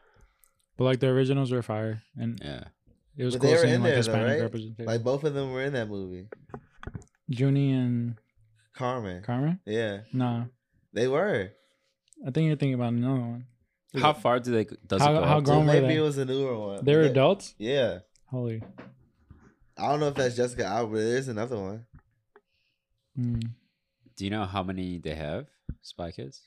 C: But like the originals were fire, and
B: yeah.
C: it was
A: But
C: cool
A: they were in
C: seeing like
A: there, though,
C: Hispanic
A: right?
C: representation.
A: like both of them were in that movie.
C: Junie and
A: Carmen.
C: Carmen.
A: yeah,
C: No,
A: they were.
C: I think you're thinking about another one.
B: How far do they? Does
C: How-
B: it go
C: how
B: up to?
A: So
C: grown- were
A: maybe
C: they?
A: it was a newer one.
C: They were
A: Uh, Yeah.
C: adults.
A: Yeah,
C: Holy.
A: I don't know if that's Jessica Alba. but There's another one.
C: Mm. I'm
B: Do you know how many they have? Spy Kids.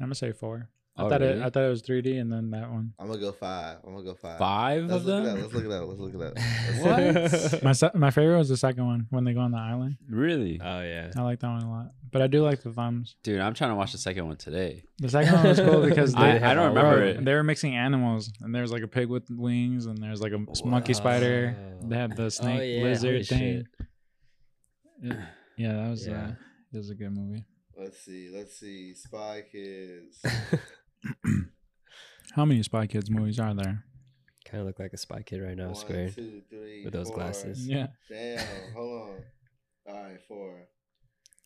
C: gonna say four. I
B: Oh,
C: thought
B: really?
C: it. I thought it was 3D, and then that one.
A: I'm gonna go five. I'm gonna go five.
B: Five
A: Let's
B: of
A: look it up.
B: them.
A: Let's look it up. Let's look it up.
B: What?
C: My se- my favorite was the second one when they go on the island.
B: Really,
E: oh yeah.
C: I like that one a lot, but I do like the thumbs.
B: dude? I'm trying to watch the second one today.
C: The second one was cool because they,
B: I-
E: have
B: I don't
E: all
C: Bro,
B: remember
E: of
B: it.
C: They were mixing animals, and there was like a pig with wings, and there's like a s- monkey spider. They had
B: Oh,
C: the snake
E: yeah, holy
C: lizard thing.
E: shit.
C: It- yeah, that was
E: Yeah.
C: Uh, it was a good movie.
A: Let's see. Let's see. Spy Kids.
C: How many Spy Kids movies are there?
E: Kind of look like a spy kid right now,
A: One,
E: squared.
A: two, three,
E: With those
A: four.
E: glasses.
C: Yeah,
A: Damn. Hold on. All right, four.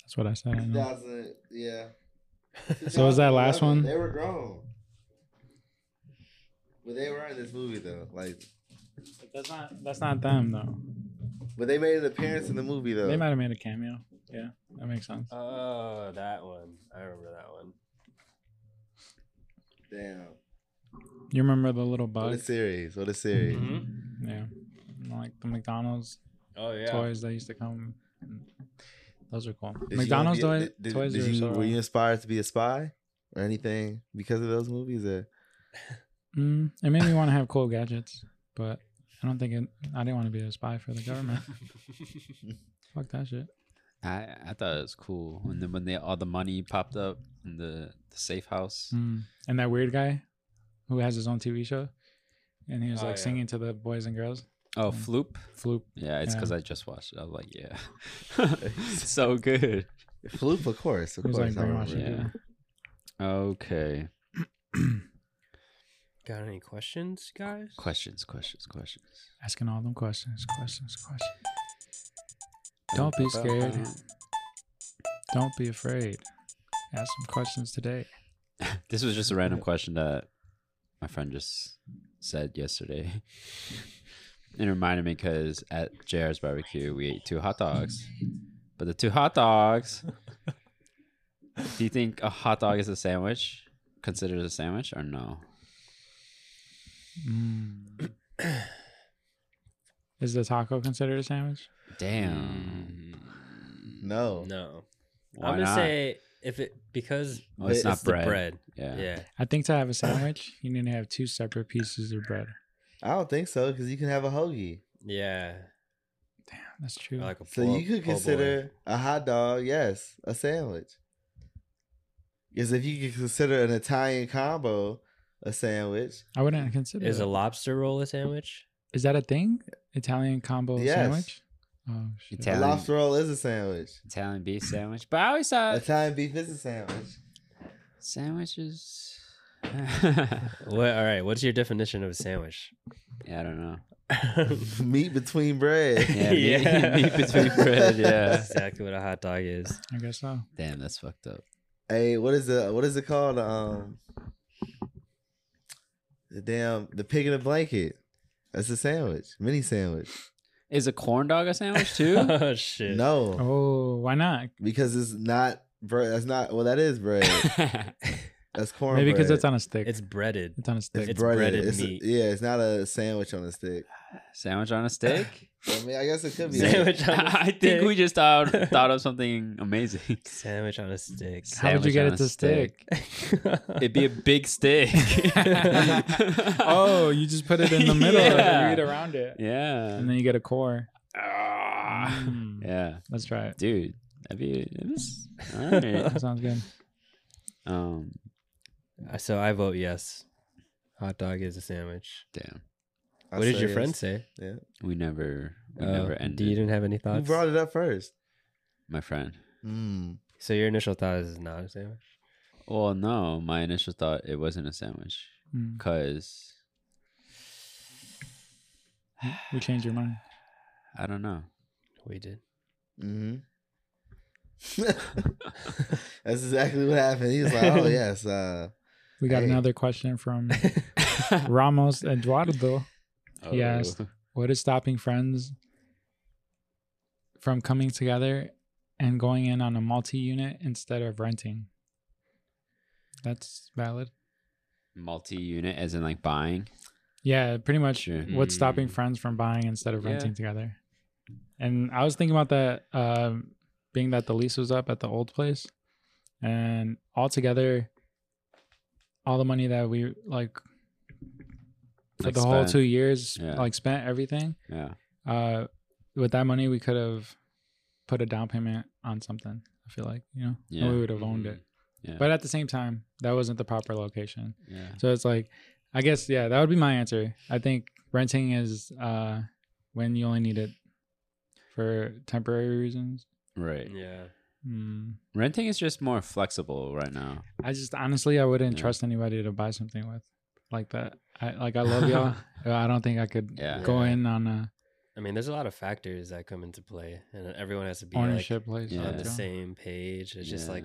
C: that's what I said. I know.
A: 2000, yeah.
C: So was that last
A: 2011,
C: one?
A: They were grown. But they were in this movie though. Like,
C: That's not that's not them though.
A: but they made an appearance in the movie though.
C: They might have made a cameo. Yeah, that makes sense.
E: Oh, that one. I remember that one.
A: Damn.
C: You remember the little bug?
A: What a series. What a series.
C: Mm-hmm. Yeah, And, like the McDonald's
E: Oh yeah.
C: toys that used to come. Those are cool.
A: Did you wanna
C: McDonald's
A: be a-
C: toy-
A: did- did-
C: toys
A: did
C: are
A: you-
C: so
A: were you inspired to be a spy or anything because of those movies? Or
C: Mm, it made me want to have cool gadgets, but I don't think it, I didn't want to be a spy for the government. Fuck that shit.
B: I I thought it was cool, and
C: Mm.
B: then when they all the money popped up in the, the safe house.
C: Mm. And that weird guy who has his own TV show, and he was
E: Oh,
C: like
E: yeah.
C: singing to the boys and girls.
B: Oh,
C: Mm.
B: Floop.
C: Floop.
B: Yeah, it's
C: Yeah.
B: because I just watched it. I was like, yeah, so good.
A: Floop, of course, of
C: It was like
A: course. I remember.
C: brainwashing.
B: Yeah. Okay.
E: Got any questions, guys?
B: Questions, questions, questions.
C: Asking all them questions, questions, questions. Don't be scared. Don't be afraid. Ask some questions today.
B: This was just a random question that my friend just said yesterday. it reminded me because at JR's barbecue we ate two hot dogs, but the two hot dogs. do you think a hot dog is a sandwich? Considered a sandwich or no?
C: Mm. Is the taco considered a sandwich?
B: Damn.
A: No.
E: No.
B: Why
E: Mm. I'm gonna
B: not?
E: say if it because
B: Well, it's
E: the-
B: not
E: the
B: bread.
E: bread.
B: yeah.
E: Yeah.
C: I think to have a sandwich, you need to have two separate pieces of bread.
A: I don't think so because you can have a hoagie.
E: Yeah.
C: That's true.
E: Like a
A: So
E: po-
A: you could
E: po' oh, boy.
A: consider a hot dog, yes, a sandwich. Because if you could consider an Italian combo a sandwich,
C: I wouldn't consider.
E: is
C: Is,
E: a lobster roll a sandwich?
C: is that a thing? Italian combo
A: Yes.
C: sandwich. Oh shit.
A: a
B: Italian-
A: lobster roll is a sandwich.
B: Italian beef sandwich. But I always
C: Uh,
B: thought
A: Italian beef is a sandwich.
B: sandwiches. yeah,
E: What? All right. What's your definition of a sandwich?
B: I don't know.
A: Meat between bread.
B: Yeah, meat-
E: Yeah.
B: meat between bread. Yeah.
E: That's exactly what a hot dog is.
C: I guess so.
B: Damn, that's fucked up.
A: hey, what is the what is it called? Um, the damn the pig in a blanket. That's a sandwich, mini sandwich.
B: Is a corn dog a sandwich too?
E: oh shit.
A: No,
C: Oh, why not?
A: because it's not bread. That's not well. That is bread. That's corn.
C: Maybe because
A: bread.
C: it's on a stick.
E: It's
C: It's,
E: breaded.
C: on a stick.
E: it's
A: breaded.
E: breaded
A: It's a-
E: meat.
A: yeah, it's not a sandwich on a stick.
B: sandwich on a stick.
A: I mean, I guess it could be.
E: Sandwich on a
B: I think we
E: stick.
B: just thought thought of something amazing.
E: Sandwich on a stick.
C: How would
B: Sandwich
C: you get
B: on
C: it
B: a
C: to stick?
B: It'd be a big stick.
C: oh, you just put it in the middle
B: Yeah.
C: and you eat around it,
B: yeah.
C: and then you get a core.
B: Ah.
C: Mm.
B: yeah,
C: Let's try it.
B: dude. That'd be it was, all right.
C: That sounds good.
B: Um,
E: so I vote yes. Hot dog is a sandwich.
B: damn.
A: I
E: what did
A: say
E: your friend
A: yes.
E: say?
B: We never, we
E: Oh,
B: never
E: do you
B: ended.
E: didn't have any
A: Who
E: thoughts?
A: brought it up first?
B: my friend.
A: Mm.
E: so your initial thought is it's not a sandwich.
B: Well, no, my initial thought it wasn't a sandwich
C: Mm.
B: because
C: We changed your mind.
B: I don't know.
E: We did.
A: hmm That's exactly what happened. He was like, "Oh yes, uh,
C: We got
A: Hey.
C: another question from Ramos Eduardo.
B: Oh.
C: He asked, What is stopping friends from coming together and going in on a multi unit instead of renting? That's valid.
B: multi-unit, as in like buying.
C: Yeah, pretty much
B: Sure.
C: what's stopping
E: Mm.
C: friends from buying instead of
B: Yeah.
C: renting together. And I was thinking about that, um, being that the lease was up at the old place, and altogether, all the money that we like for
B: Like
C: the whole
B: spent.
C: two years,
B: Yeah.
C: like spent everything.
B: Yeah.
C: Uh, with that money, we could have put a down payment on something. I feel like you know,
B: Yeah. Mm-hmm.
C: and we would have owned it.
B: Yeah.
C: But at the same time, that wasn't the proper location.
B: Yeah.
C: So it's like, I guess, yeah, that would be my answer. I think renting is uh, when you only need it for temporary reasons.
B: Right.
E: Yeah.
B: Hmm.
C: Mm.
B: Renting is just more flexible right now.
C: I just honestly, I wouldn't
B: Yeah.
C: trust anybody to buy something with like that. I like, I love y'all. but I don't think I could
B: Yeah.
C: go
E: Yeah.
C: in on a
E: I mean, there's a lot of factors that come into play, and everyone has to be
C: ownership place.
E: like,
B: Yeah.
E: on the
C: too.
E: same page. It's just
B: Yeah.
E: like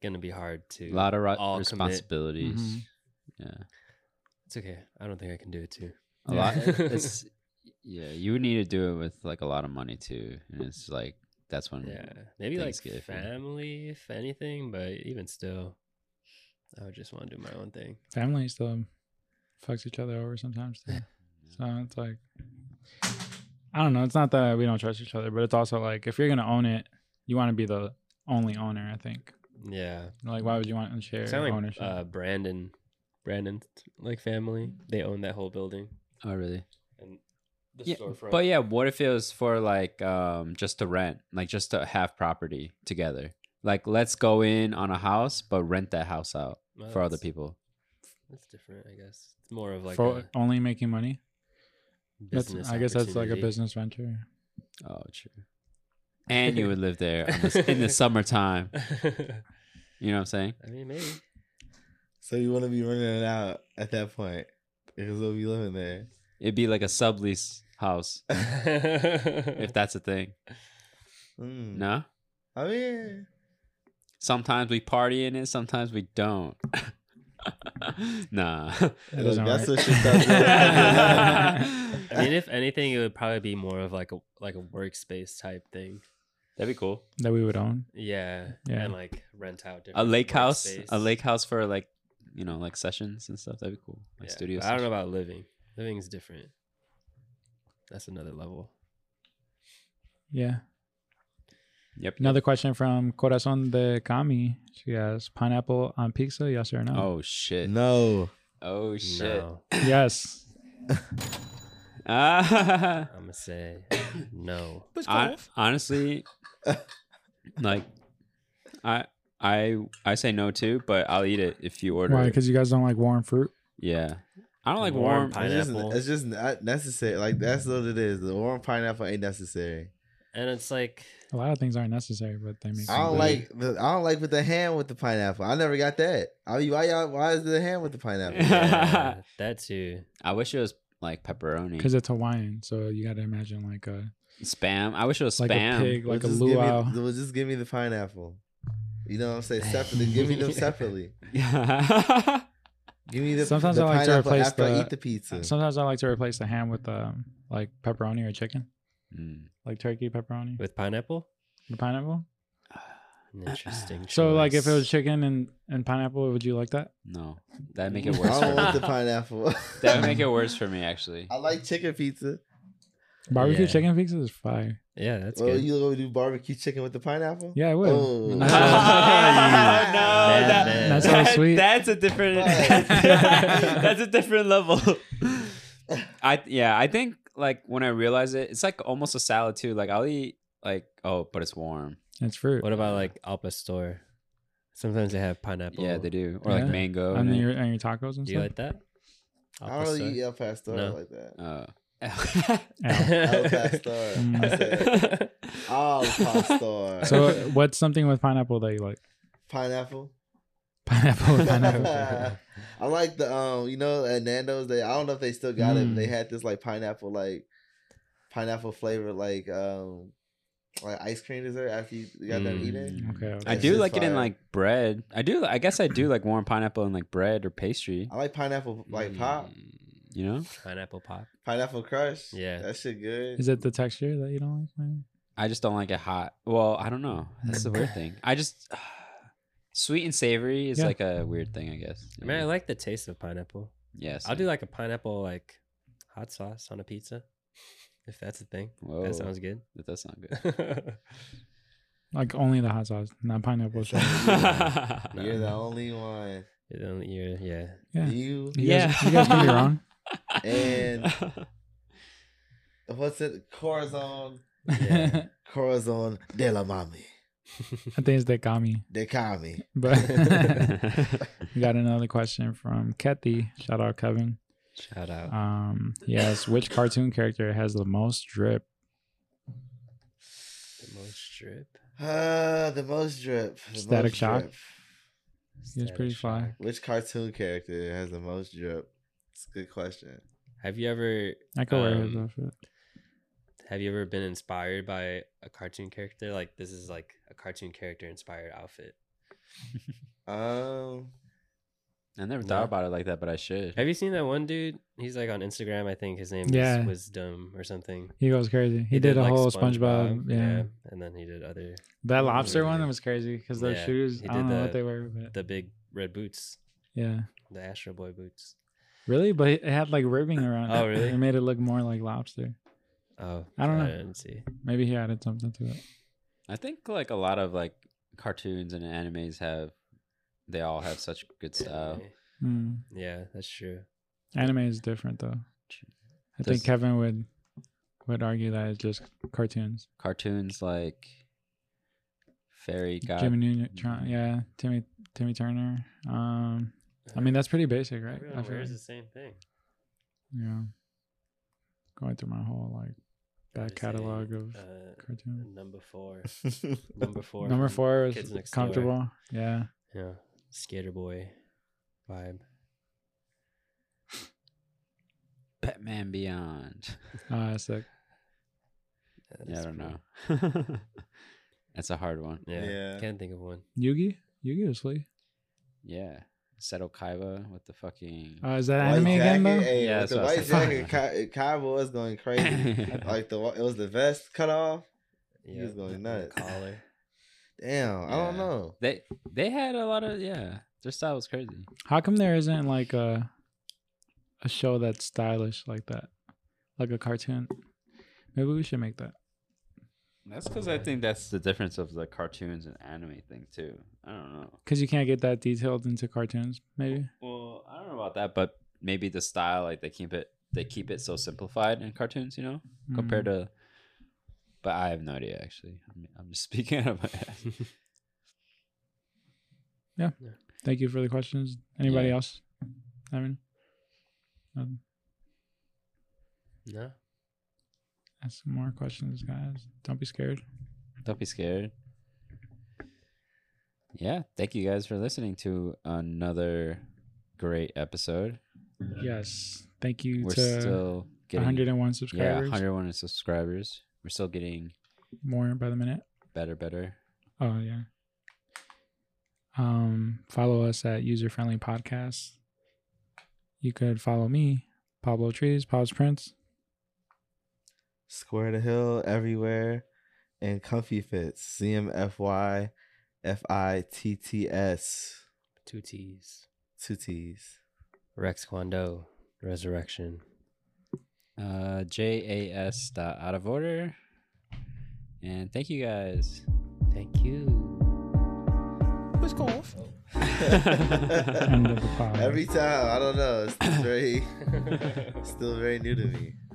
E: gonna be hard to.
B: A lot of ro-
E: all commit.
B: responsibilities.
C: Mhm.
B: Yeah.
E: It's okay. I don't think I can do it too.
B: A
C: Yeah.
B: lot. It's yeah. You would need to do it with like a lot of money too, and it's like that's when.
E: Yeah, maybe like
B: Mm-hmm. things get iffy.
E: family, if anything. But even still, I would just want to do my own thing.
C: Family still fucks each other over sometimes. Too. So it's like, I don't know. It's not that we don't trust each other, but it's also like, if you're going to own it, you want to be the only owner, I think.
E: Yeah,
C: Like, why would you want to share
E: sound like
C: ownership?
E: uh, Brandon, Brandon's like family. They own that whole building
B: Oh really?
E: and the
B: Yeah,
E: storefront.
B: But yeah, what if it was for like um just to rent, like just to have property together? Like let's go in on a house, but rent that house out
E: Well,
B: for other
E: that's-
B: people.
E: That's different, I guess. It's more of like
C: for
E: a
C: only making money. That's,
E: business.
C: I guess that's like a
E: opportunity.
C: business venture.
B: Oh, true. And you would live there on the s- in the summertime. You know what I'm saying?
E: I mean, maybe.
A: so you want to be running it out at that point because we'll be living there."
B: It'd be like a sublease house if that's a thing.
A: Mm.
B: No.
A: I mean,
B: Sometimes we party in it. Sometimes we don't. nah.
C: That
A: look,
C: doesn't
A: that's
C: work.
A: what she thought.
E: I mean, if anything, it would probably be more of like a like a workspace type thing.
B: That'd be cool.
C: that we would own.
E: Yeah,
C: Yeah.
E: and like rent out
B: A
E: different
B: lake house. A
E: workspace.
B: lake house for like you know like sessions and stuff. That'd be cool. Like
E: Yeah,
B: studio.
E: but I don't know
B: sessions.
E: about living. Living's different. That's another level.
C: Yeah.
B: Yep.
C: Another question from Corazon de Cami. She asks, pineapple on pizza, yes or no?
B: Oh shit.
A: No.
B: Oh shit.
E: No,
C: Yes.
B: Ah.
E: I'm gonna say no.
B: Hon- honestly, like, I I I say no too, but I'll eat it if you order
C: Why?
B: it.
C: Because you guys don't like warm fruit?
B: Yeah, I don't like
E: Warm
B: warm.
E: pine- Pineapple.
A: It's just, it's just not necessary. Like that's what it is. The warm pineapple ain't necessary.
E: And it's like
C: A lot of things aren't necessary, but they make
A: I don't
C: them
A: like the I don't like with the ham with the pineapple. I never got that. I mean, why y'all? Why is the ham with the pineapple?
E: yeah, that too.
B: I wish it was like pepperoni.
C: because it's Hawaiian, so you got to imagine like uh, a
B: spam. I wish it was
C: like
B: spam.
C: a pig, like a
A: just give me-
C: luau.
A: well, just give me the pineapple. You know what I'm saying? Separately, give me them separately.
B: Yeah.
A: Give me the
C: Sometimes
A: the
C: I like to
A: pineapple
C: replace
A: after I
C: the-
A: eat the pizza.
C: Sometimes I like to replace the ham with um, like pepperoni or chicken,
B: Mm.
C: like turkey pepperoni with
E: With pineapple?
C: the pineapple.
E: An interesting.
C: So like if it
E: choice.
C: was chicken and and pineapple, would you like that?
B: No, that make it
A: I
B: worse.
A: don't want
B: for
A: the
B: me.
A: pineapple.
B: That would make it worse for me actually.
A: I like chicken pizza.
C: Barbecue
E: Yeah.
C: chicken pizza is fire.
E: Yeah, that's
A: well,
E: good.
A: you gonna do barbecue chicken with the pineapple?
C: Yeah, I would.
A: Oh.
C: And
B: no,
C: that's all-
A: Bad
B: that,
E: man.
C: That's all
B: that-
C: sweet.
B: That's a different.
A: Right.
B: that's a different level. I yeah, I think like when I realize it, it's like almost a salad too. Like I'll eat like oh, but it's warm.
C: it's fruit.
E: What about like Al Pastor? Sometimes they have pineapple.
B: Yeah, they do. Or like
C: Yeah.
B: mango.
C: and
B: in
C: your
B: it.
C: and your tacos and
E: Do you
C: stuff.
E: like that?
A: I don't really eat El Pastor
E: No.
A: like that.
B: Uh,
C: Yeah.
A: El Pastor. I said Al Oh, Pastor.
C: so uh, what's something with pineapple that you like?
A: pineapple.
C: Pineapple with pineapple.
A: I like the um, you know, at Nando's. They I don't know if they still got it.
C: Mm.
A: But they had this like pineapple, like pineapple flavored, like um, like ice cream dessert after you got done
E: Mm.
A: eating.
C: Okay. okay.
B: I
A: That's
B: do
A: just
B: like it in
A: fire.
B: like bread. I do. I guess I do like warm pineapple in like bread or pastry.
A: I like pineapple
C: Mm.
A: like pop,
B: Hmm. You know,
E: Pineapple pop.
A: pineapple crush.
E: Yeah.
A: that shit good.
C: Is it the texture that you don't like? man?
B: I just don't like it hot. Well, I don't know. That's the weird thing. I just sweet and savory is
C: Yeah.
B: like a weird thing. I guess.
E: I mean, I
B: Yeah.
E: like the taste of pineapple.
B: Yes.
E: I'll do like a pineapple like hot sauce on a pizza, if that's a thing.
B: Whoa,
E: That sounds good.
B: That does sound good.
C: Like only the hot sauce, not pineapple.
A: It's
C: sauce.
E: No.
A: You're the only one.
E: You don't- you're- yeah.
C: Yeah.
A: You
C: You
B: Yeah.
C: Guys, you guys can be wrong.
A: and what's it? Corazon,
E: Yeah.
A: Corazon de la Mami,
C: I think it's Dekami.
A: de Kami.
C: But we got another question from Kathy. Shout out Kevin.
E: Shout out.
C: Um, yes, which cartoon character has the most drip?
E: the most strip.
A: Uh, the most drip. the
C: Static
A: most
C: Shock?
A: drip.
C: He was pretty fly.
A: Which cartoon character has the most drip? It's a good question.
E: Have you ever
C: I could wear his
E: Um,
C: outfit.
E: have you ever been inspired by a cartoon character? Like this is like a cartoon character inspired outfit.
A: Um,
B: I never
E: Yeah.
B: thought about it like that, but I should.
E: Have you seen that one dude? He's like on Instagram. I think his name
C: Yeah.
E: is Wisdom or something.
C: He goes crazy. He, did, a
E: like,
C: whole SpongeBob. yeah.
E: and then he did other
C: That
E: Oh,
C: lobster one
E: really?
C: that was crazy because those
E: Yeah,
C: shoes,
E: he
C: I don't
E: did
C: know
E: the-
C: what they were, but
E: the big red boots,
C: yeah.
E: the Astro Boy boots.
C: Really? But it had like ribbing around it.
E: Oh, really?
C: It made it look more like lobster.
E: Oh,
C: I don't know.
E: didn't see.
C: Maybe he added something to it.
B: I think like a lot of like cartoons and animes have, they all have such good style.
C: Mm.
E: Yeah, that's true.
C: Anime is different though. I
B: Does-
C: think Kevin would would argue that it's just cartoons.
B: Cartoons like Fairy God.
C: Jimmy Neutron, yeah, Timmy Timmy Turner. Um, I mean that's pretty basic, right? I
E: Everyone
C: feel
E: wears the
C: like.
E: same thing.
C: yeah. Going through my whole like back
E: There's
C: catalog
E: a,
C: of
E: uh,
C: cartoons.
E: number four. Number four.
C: Number
E: from
C: four
E: Kids
C: was
E: Next Door.
C: comfortable. Yeah,
E: Yeah, Skater Boy vibe.
B: Batman Beyond.
C: uh, it's like
E: That
B: Yeah,
E: is
B: I don't
E: pretty-
B: know. That's a hard one.
E: Yeah,
A: Yeah.
E: can't think of one.
C: Yugi. Yugi was sleep.
B: Yeah. Seto Kaiba with the fucking.
C: Uh, is that
A: white
C: anime again
A: jacket,
C: though?
A: Hey,
B: Yeah,
A: with the
B: that's what I
A: white
B: was thinking.
A: jacket, Ky- Kaiba was going crazy. like the wa- it was the vest cut off. He
E: Yeah,
A: was going
E: the- the
A: nuts.
E: Collar.
A: Damn, I don't
B: Yeah.
A: know.
B: they they had a lot of yeah. Their style was crazy.
C: How come there isn't like a a show that's stylish like that, like a cartoon? Maybe we should make that.
B: That's because I think that's the difference of the cartoons and anime thing too. I don't know.
C: because you can't get that detailed into cartoons. Maybe
B: Well, I don't know about that, but maybe the style, like they keep it, they keep it so simplified in cartoons, you know,
C: Mm.
B: compared to. But I have no idea actually. I'm, I'm just speaking out of my ass.
C: Thank you for the questions. Anybody
B: Yeah.
C: else? I mean, um,
E: No.
C: ask some more questions, guys. Don't be scared.
B: Don't be scared. Yeah, thank you guys for listening to another great episode.
C: Yes, thank you
B: We're
C: to
B: still getting
C: 101
B: yeah,
C: subscribers.
B: 101 subscribers. We're still getting
C: More by the minute.
B: better, better.
C: Oh yeah. Um, follow us at User Friendly Podcasts. You could follow me, Pablo Trees, Pab's Prince.
A: Square to Hill everywhere, and Comfy Fits. C M F Y F I T T S.
E: Two T's.
A: Two T's.
E: Rex Kwando. Resurrection.
B: Uh, JAS dot out of order. And thank you guys.
E: Thank you.
C: End of the pod.
A: Every time, I don't know. It's still very, still very new to me.